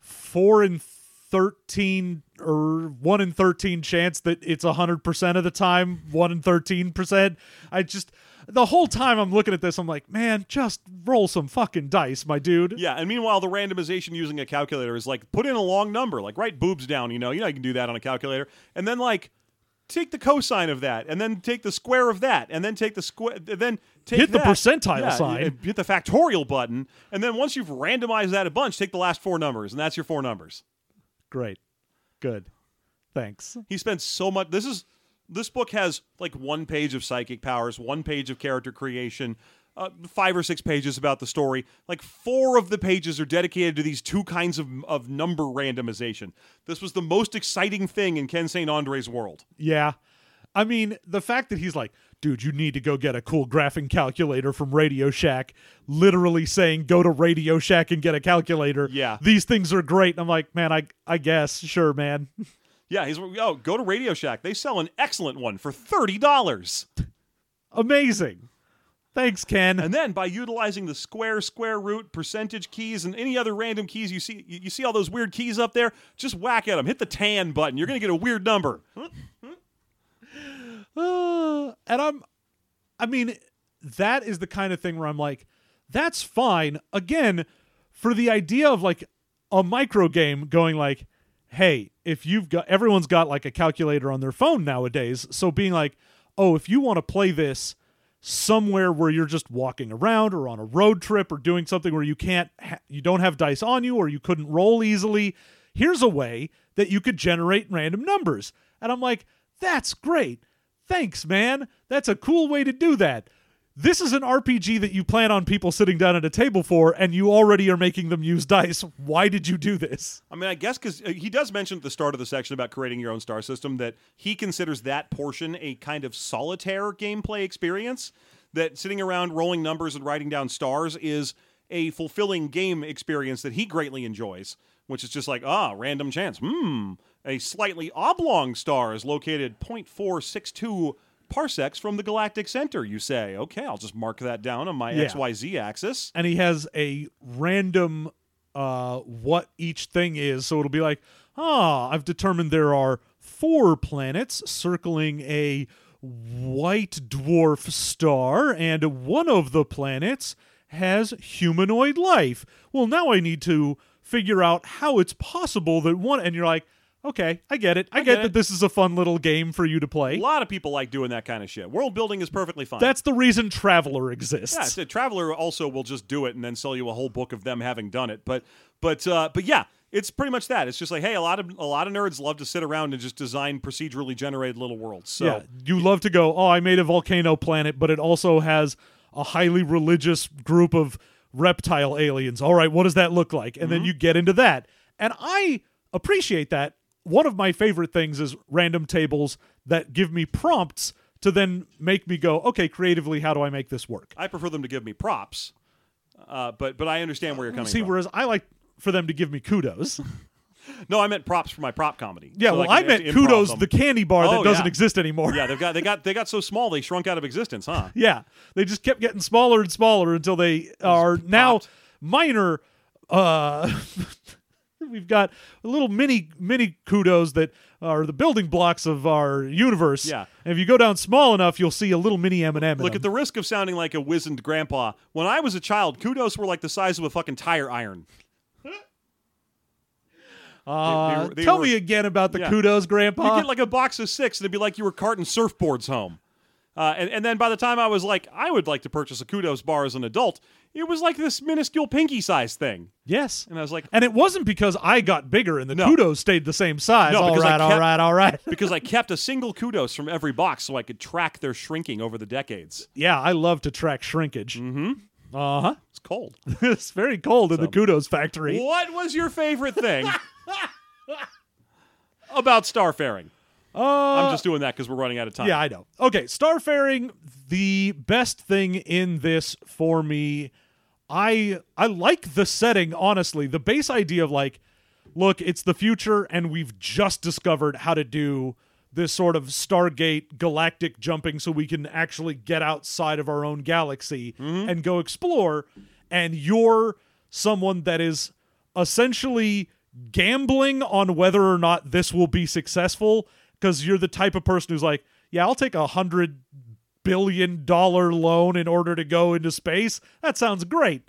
Speaker 2: 4 in 13 or 1 in 13 chance that it's 100% of the time, 1 in 13%. I just, the whole time I'm looking at this, I'm like, man, just roll some fucking dice, my dude.
Speaker 1: Yeah, and meanwhile, the randomization using a calculator is like put in a long number, like write boobs down. You know, you know you can do that on a calculator, and then like take the cosine of that, and then take the square of that, and then take the square, then take
Speaker 2: Hit the
Speaker 1: that.
Speaker 2: percentile
Speaker 1: Yeah,
Speaker 2: sign.
Speaker 1: and hit the factorial button, and then once you've randomized that a bunch, take the last four numbers, and that's your four numbers.
Speaker 2: Great. Good. Thanks.
Speaker 1: He spends so much. This is this book has like one page of psychic powers, one page of character creation, uh, five or six pages about the story. Like four of the pages are dedicated to these two kinds of of number randomization. This was the most exciting thing in Ken St. Andre's world.
Speaker 2: Yeah. I mean, the fact that he's like, dude, you need to go get a cool graphing calculator from Radio Shack, literally saying go to Radio Shack and get a calculator.
Speaker 1: Yeah.
Speaker 2: These things are great. And I'm like, man, I I guess, sure, man.
Speaker 1: Yeah, he's oh go to Radio Shack. They sell an excellent one for thirty dollars.
Speaker 2: Amazing. Thanks, Ken.
Speaker 1: And then by utilizing the square, square root, percentage keys, and any other random keys you see, you you see all those weird keys up there. Just whack at them. Hit the tan button. You're gonna get a weird number.
Speaker 2: Uh, and I'm I mean, that is the kind of thing where I'm like, that's fine. Again, for the idea of like a micro game going like, hey, if you've got everyone's got like a calculator on their phone nowadays, so being like, oh, if you want to play this somewhere where you're just walking around or on a road trip or doing something where you can't ha- you don't have dice on you or you couldn't roll easily, here's a way that you could generate random numbers. And I'm like, that's great. Thanks, man. That's a cool way to do that. This is an RPG that you plan on people sitting down at a table for, and you already are making them use dice. Why did you do this?
Speaker 1: I mean, I guess because he does mention at the start of the section about creating your own star system that he considers that portion a kind of solitaire gameplay experience. that sitting around rolling numbers and writing down stars is a fulfilling game experience that he greatly enjoys, which is just like, ah, random chance. Hmm. A slightly oblong star is located 0.462 parsecs from the galactic center, you say. Okay, I'll just mark that down on my
Speaker 2: Yeah.
Speaker 1: XYZ axis.
Speaker 2: and he has a random uh what each thing is so it'll be like ah i've determined there are four planets circling a white dwarf star and one of the planets has humanoid life well now i need to figure out how it's possible that one and you're like okay i get it i, get,
Speaker 1: get it.
Speaker 2: that this is a fun little game for you to play
Speaker 1: A lot of people like doing that kind of shit. World building is perfectly fine.
Speaker 2: that's the reason traveler exists
Speaker 1: Yeah, it's a traveler also will just do it and then sell you a whole book of them having done it. But but uh, but yeah, it's pretty much that. It's just like hey, a lot of a lot of nerds love to sit around and just design procedurally generated little worlds. So
Speaker 2: Yeah, you love to go, oh, I made a volcano planet, but it also has a highly religious group of reptile aliens. All right, what does that look like? And
Speaker 1: Mm-hmm.
Speaker 2: then you get into that. And I appreciate that. One of my favorite things is random tables that give me prompts to then make me go, okay, creatively, how do I make this work?
Speaker 1: I prefer them to give me props. Uh, but but I understand where you're coming
Speaker 2: See,
Speaker 1: from.
Speaker 2: whereas I like for them to give me kudos.
Speaker 1: No, I meant props for my prop comedy.
Speaker 2: Yeah,
Speaker 1: So,
Speaker 2: well,
Speaker 1: like,
Speaker 2: I
Speaker 1: they have
Speaker 2: meant
Speaker 1: to improv
Speaker 2: kudos
Speaker 1: them.
Speaker 2: the candy bar
Speaker 1: Oh,
Speaker 2: that doesn't
Speaker 1: yeah.
Speaker 2: exist anymore.
Speaker 1: yeah, they've got they got they got so small they shrunk out of existence, huh?
Speaker 2: Yeah, they just kept getting smaller and smaller until they are now minor. Uh, we've got little mini mini kudos that are the building blocks of our universe.
Speaker 1: Yeah.
Speaker 2: and if you go down small enough, you'll see a little mini M and M.
Speaker 1: Look at the risk of sounding like a wizened grandpa. When I was a child, kudos were like the size of a fucking tire iron.
Speaker 2: Uh,
Speaker 1: they were- they
Speaker 2: tell
Speaker 1: were-
Speaker 2: me again about the
Speaker 1: Yeah.
Speaker 2: kudos,
Speaker 1: You
Speaker 2: Grandpa.
Speaker 1: get like a box of six, and it'd be like you were carting surfboards home. Uh, and, and then by the time I was like, I would like to purchase a kudos bar as an adult, it was like this minuscule pinky size thing.
Speaker 2: yes.
Speaker 1: And I was like,
Speaker 2: And it wasn't because I got bigger and the kudos stayed the same size.
Speaker 1: No,
Speaker 2: all
Speaker 1: because I
Speaker 2: right, all
Speaker 1: kept-
Speaker 2: right, all right.
Speaker 1: because I kept a single kudos from every box so I could track their shrinking over the decades.
Speaker 2: Yeah, I love to track shrinkage.
Speaker 1: Mm.
Speaker 2: Mm-hmm. Uh huh.
Speaker 1: It's cold.
Speaker 2: it's very cold in the kudos factory.
Speaker 1: What was your favorite thing about starfaring? I'm just doing that because we're running out of time.
Speaker 2: Yeah, I know. Okay, starfaring. The best thing in this for me, I I like the setting. Honestly, the base idea of like, look, it's the future, and we've just discovered how to do this sort of Stargate galactic jumping, so we can actually get outside of our own galaxy and go explore. And you're someone that is essentially gambling on whether or not this will be successful because you're the type of person who's like, yeah, I'll take a hundred billion dollar loan in order to go into space. That sounds great.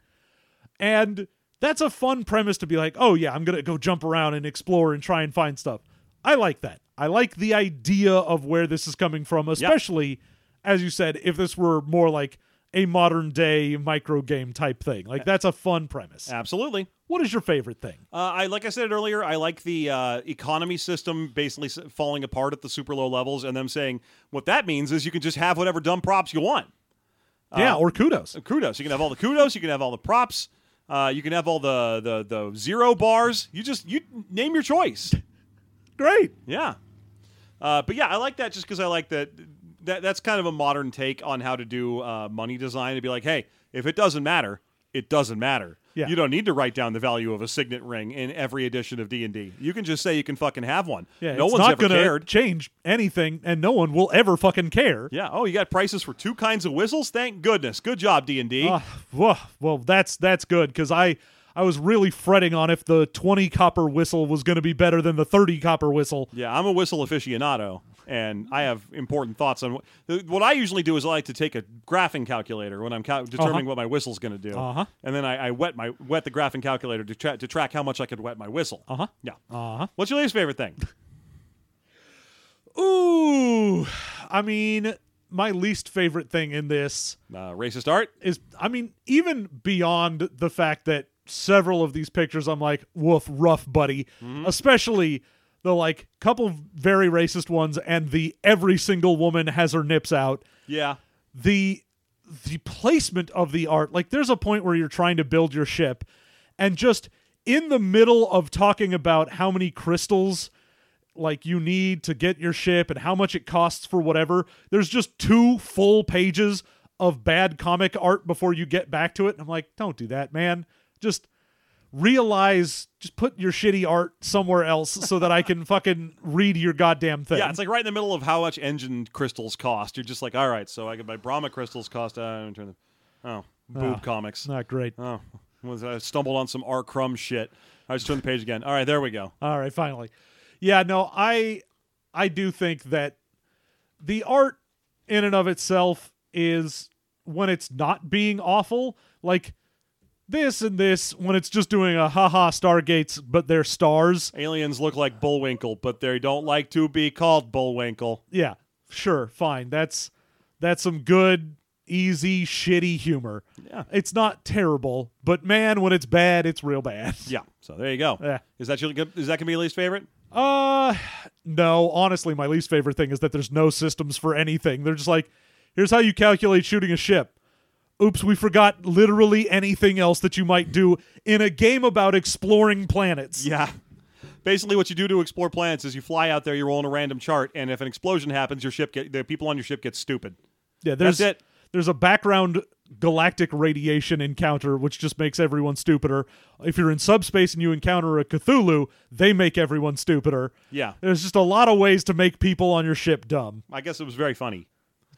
Speaker 2: And that's a fun premise to be like, oh yeah, I'm gonna go jump around and explore and try and find stuff. I like that. I like the idea of where this is coming from, especially as you said, if this were more like a modern day micro game type thing. Like that's a fun premise.
Speaker 1: Absolutely.
Speaker 2: What is your favorite thing?
Speaker 1: Uh, I like I said earlier. I like the uh, economy system basically s- falling apart at the super low levels, and them saying what that means is you can just have whatever dumb props you want. Uh,
Speaker 2: yeah, or kudos.
Speaker 1: Kudos. You can have all the kudos. You can have all the props. Uh, you can have all the, the the zero bars. You just you name your choice.
Speaker 2: Great.
Speaker 1: Yeah. Uh, but yeah, I like that just because I like that, that. That's kind of a modern take on how to do uh, money design. To be like, hey, if it doesn't matter, it doesn't matter.
Speaker 2: Yeah.
Speaker 1: You don't need to write down the value of a signet ring in every edition of D and D. You can just say you can fucking have one.
Speaker 2: Yeah,
Speaker 1: no
Speaker 2: it's
Speaker 1: one's
Speaker 2: not
Speaker 1: ever
Speaker 2: gonna
Speaker 1: cared.
Speaker 2: change anything, and no one will ever fucking care.
Speaker 1: Yeah. Oh, you got prices for two kinds of whistles. Thank goodness. Good job, D and D.
Speaker 2: Ah, whoa, well, that's that's good because I I was really fretting on if the twenty copper whistle was going to be better than the thirty copper whistle.
Speaker 1: Yeah, I'm a whistle aficionado, and I have important thoughts on wh- what I usually do. Is I like to take a graphing calculator when I'm cal- determining
Speaker 2: Uh-huh.
Speaker 1: what my whistle's going to do,
Speaker 2: Uh-huh.
Speaker 1: and then I, I wet my wet the graphing calculator to, tra- to track how much I could wet my whistle.
Speaker 2: Uh-huh.
Speaker 1: Uh huh. Yeah. Uh huh. What's your least favorite thing?
Speaker 2: Ooh, I mean, my least favorite thing in this
Speaker 1: Uh, racist art.
Speaker 2: is I mean, even beyond the fact that several of these pictures I'm like, woof, rough buddy. Especially the like couple of very racist ones and the every single woman has her nips out.
Speaker 1: Yeah.
Speaker 2: the the placement of the art like there's a point where you're trying to build your ship and just in the middle of talking about how many crystals like you need to get your ship and how much it costs for whatever there's just two full pages of bad comic art before you get back to it. And I'm like, don't do that, man. Just realize, just put your shitty art somewhere else so that I can fucking read your goddamn thing.
Speaker 1: Yeah, it's like right in the middle of how much engine crystals cost. You're just like, all right, so I could my Brahma crystals cost. Uh, I'm trying to- oh, boob
Speaker 2: Ah.
Speaker 1: comics.
Speaker 2: not great.
Speaker 1: Oh, was- I stumbled on some R. Crumb shit. I just turned the page again. All right, there we go.
Speaker 2: All right, finally. Yeah, no, I I do think that the art in and of itself is when it's not being awful, like this and this, when it's just doing a haha Stargates, but they're stars.
Speaker 1: Aliens look like Bullwinkle, but they don't like to be called Bullwinkle.
Speaker 2: Yeah, sure, fine. That's that's some good, easy, shitty humor.
Speaker 1: Yeah.
Speaker 2: It's not terrible, but man, when it's bad, it's real bad.
Speaker 1: Yeah. So there you go.
Speaker 2: Yeah.
Speaker 1: Is that your is that gonna be your least favorite?
Speaker 2: Uh, no. Honestly, my least favorite thing is that there's no systems for anything. They're just like, here's how you calculate shooting a ship. Oops, we forgot literally anything else that you might do in a game about exploring planets.
Speaker 1: Yeah. Basically, what you do to explore planets is you fly out there, you roll in a random chart, and if an explosion happens, your ship get the people on your ship get stupid.
Speaker 2: Yeah, there's
Speaker 1: That's it.
Speaker 2: there's a background galactic radiation encounter which just makes everyone stupider. If you're in subspace and you encounter a Cthulhu, they make everyone stupider.
Speaker 1: Yeah.
Speaker 2: There's just a lot of ways to make people on your ship dumb.
Speaker 1: I guess it was very funny.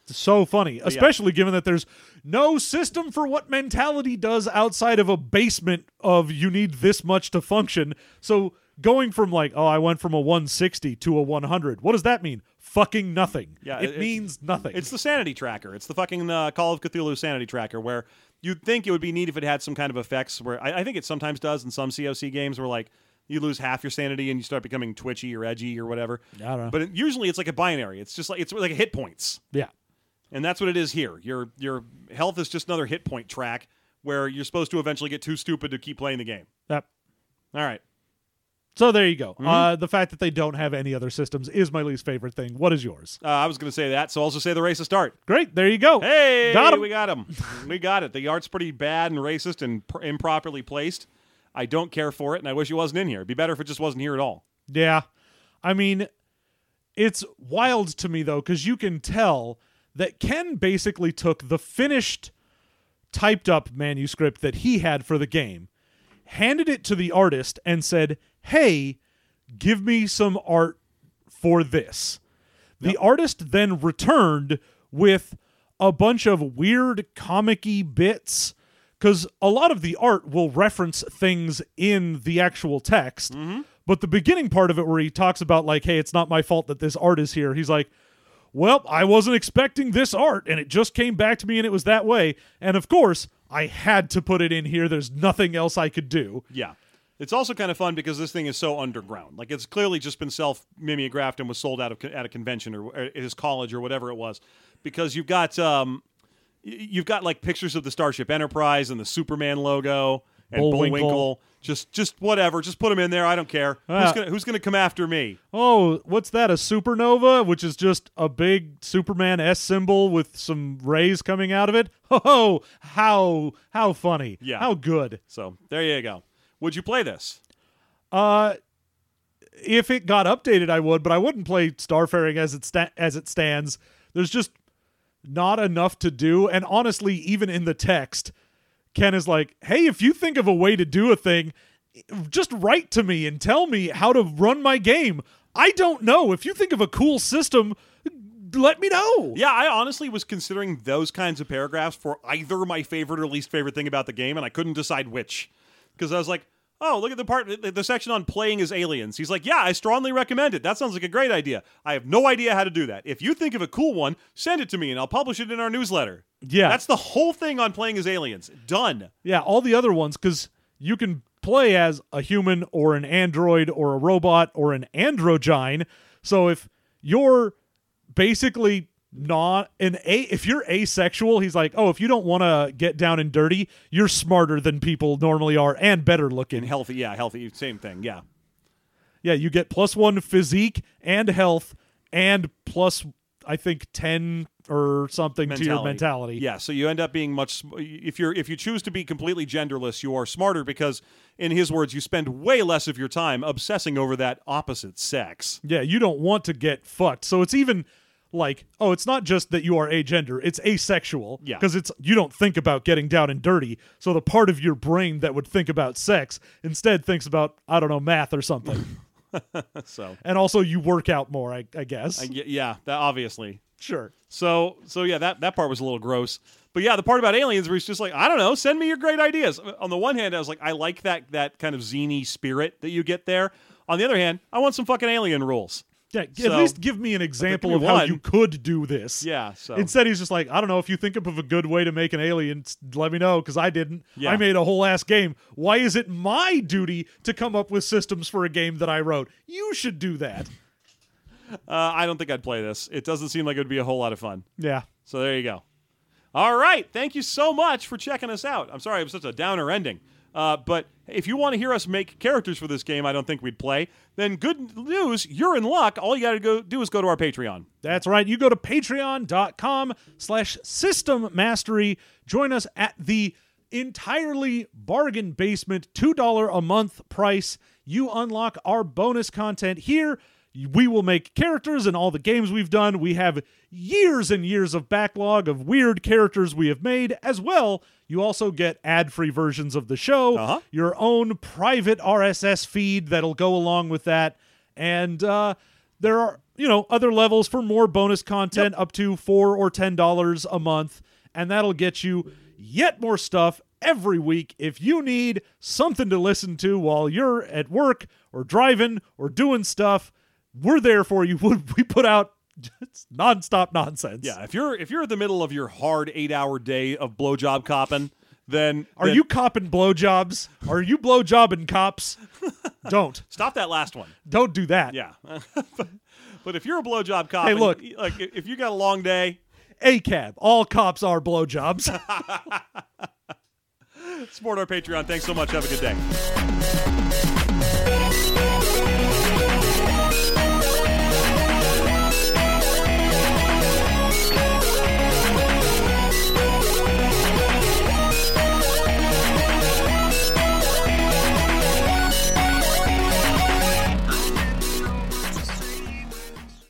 Speaker 2: so funny, especially given that there's no system for what mentality does outside of a basement of you need this much to function. So going from like, oh, I went from a 160 to a 100. What does that mean? Fucking nothing.
Speaker 1: Yeah,
Speaker 2: it,
Speaker 1: it-
Speaker 2: means nothing.
Speaker 1: It's the sanity tracker. It's the fucking uh, Call of Cthulhu sanity tracker where you'd think it would be neat if it had some kind of effects where I, I think it sometimes does in some COC games where like you lose half your sanity and you start becoming twitchy or edgy or whatever.
Speaker 2: I don't know.
Speaker 1: But it, usually it's like a binary. It's just like it's like hit points.
Speaker 2: yeah,
Speaker 1: And that's what it is here. Your your health is just another hit point track where you're supposed to eventually get too stupid to keep playing the game.
Speaker 2: that.
Speaker 1: All right.
Speaker 2: So there you go.
Speaker 1: Mm-hmm.
Speaker 2: Uh, the fact that they don't have any other systems is my least favorite thing. What is yours?
Speaker 1: Uh, I was going to say that, so I'll just say the race to start.
Speaker 2: Great. There you go.
Speaker 1: Hey,
Speaker 2: got him.
Speaker 1: we got him. we got it. The art's pretty bad and racist and pr- improperly placed. I don't care for it, and I wish it wasn't in here. It'd be better if it just wasn't here at all.
Speaker 2: Yeah. I mean, it's wild to me though cuz you can tell that Ken basically took the finished typed up manuscript that he had for the game, handed it to the artist and said, "Hey, give me some art for this." The artist then returned with a bunch of weird comic-y bits because a lot of the art will reference things in the actual text. But the beginning part of it, where he talks about, like, hey, it's not my fault that this art is here, he's like, well, I wasn't expecting this art, and it just came back to me, and it was that way. And of course, I had to put it in here. There's nothing else I could do.
Speaker 1: Yeah. It's also kind of fun because this thing is so underground. Like it's clearly just been self mimeographed and was sold out of co- at a convention or, or at his college or whatever it was, because you've got um, y- you've got like pictures of the Starship Enterprise and the Superman logo and
Speaker 2: Bullwinkle.
Speaker 1: Bullwinkle. Just just whatever. Just put them in there. I don't care.
Speaker 2: Ah.
Speaker 1: who's gonna Who's gonna come after me?
Speaker 2: Oh, what's that? A supernova, which is just a big Superman S symbol with some rays coming out of it. Oh, how how funny.
Speaker 1: Yeah.
Speaker 2: How good.
Speaker 1: So there you go. Would you play this?
Speaker 2: Uh, if it got updated, I would, but I wouldn't play Starfaring as it sta- as it stands. There's just not enough to do, and honestly, even in the text, Ken is like, "Hey, if you think of a way to do a thing, just write to me and tell me how to run my game. I don't know. If you think of a cool system, let me know."
Speaker 1: Yeah, I honestly was considering those kinds of paragraphs for either my favorite or least favorite thing about the game, and I couldn't decide which. Because I was like, oh, look at the part, the, the section on playing as aliens. He's like, yeah, I strongly recommend it. That sounds like a great idea. I have no idea how to do that. If you think of a cool one, send it to me and I'll publish it in our newsletter.
Speaker 2: Yeah.
Speaker 1: That's the whole thing on playing as aliens. Done.
Speaker 2: Yeah, all the other ones because you can play as a human or an android or a robot or an androgyne. So if you're basically not an a if you're asexual he's like oh if you don't want to get down and dirty you're smarter than people normally are and better
Speaker 1: And
Speaker 2: looking
Speaker 1: healthy, yeah, healthy, same thing, yeah.
Speaker 2: yeah you get plus one physique and health and plus i think 10 or something to your mentality
Speaker 1: Yeah, so you end up being much sm- if you're if you choose to be completely genderless, you are smarter because in his words, you spend way less of your time obsessing over that opposite sex.
Speaker 2: Yeah, you don't want to get fucked. So it's even like, oh, it's not just that you are agender, it's asexual.
Speaker 1: Yeah.
Speaker 2: Because it's you don't think about getting down and dirty. So the part of your brain that would think about sex instead thinks about, I don't know, math or something.
Speaker 1: So
Speaker 2: and also you work out more, I, I guess.
Speaker 1: I, ge- yeah, that obviously.
Speaker 2: sure.
Speaker 1: So so yeah, that that part was a little gross. But yeah, the part about aliens where he's just like, I don't know, send me your great ideas. On the one hand, I was like, I like that that kind of zany spirit that you get there. On the other hand, I want some fucking alien rules.
Speaker 2: Yeah, g-
Speaker 1: So-
Speaker 2: at least give me an example
Speaker 1: me
Speaker 2: of how
Speaker 1: one.
Speaker 2: you could do this.
Speaker 1: Yeah, so
Speaker 2: Instead, he's just like, I don't know. If you think of a good way to make an alien, s- let me know because I didn't.
Speaker 1: Yeah.
Speaker 2: I made a whole ass game. Why is it my duty to come up with systems for a game that I wrote? You should do that.
Speaker 1: uh, I don't think I'd play this. It doesn't seem like it would be a whole lot of fun.
Speaker 2: Yeah.
Speaker 1: So there you go. All right. Thank you so much for checking us out. I'm sorry it was such a downer ending. Uh, but if you want to hear us make characters for this game, I don't think we'd play, then good news, you're in luck. All you got to go do is go to our Patreon.
Speaker 2: That's right. You go to patreon.com slash system mastery. Join us at the entirely bargain basement $2 a month price. You unlock our bonus content here. We will make characters in all the games we've done. We have years and years of backlog of weird characters we have made. As well, you also get ad free versions of the show,
Speaker 1: Uh-huh.
Speaker 2: your own private RSS feed that'll go along with that. And uh, there are, you know, other levels for more bonus content up to four or ten dollars a month, and that'll get you yet more stuff every week if you need something to listen to while you're at work or driving or doing stuff. We're there for you. We put out just nonstop nonsense.
Speaker 1: Yeah, if you're if you're at the middle of your hard eight hour day of blowjob copping, then
Speaker 2: Are
Speaker 1: then
Speaker 2: you copping blowjobs? Are you blowjobbing cops? Don't.
Speaker 1: stop that last one?
Speaker 2: Don't do that.
Speaker 1: Yeah, but, but if you're a blowjob cop,
Speaker 2: Hey,
Speaker 1: and-
Speaker 2: look.
Speaker 1: like if you got a long day,
Speaker 2: ACAB. All cops are blowjobs.
Speaker 1: support our Patreon. Thanks so much. Have a good day.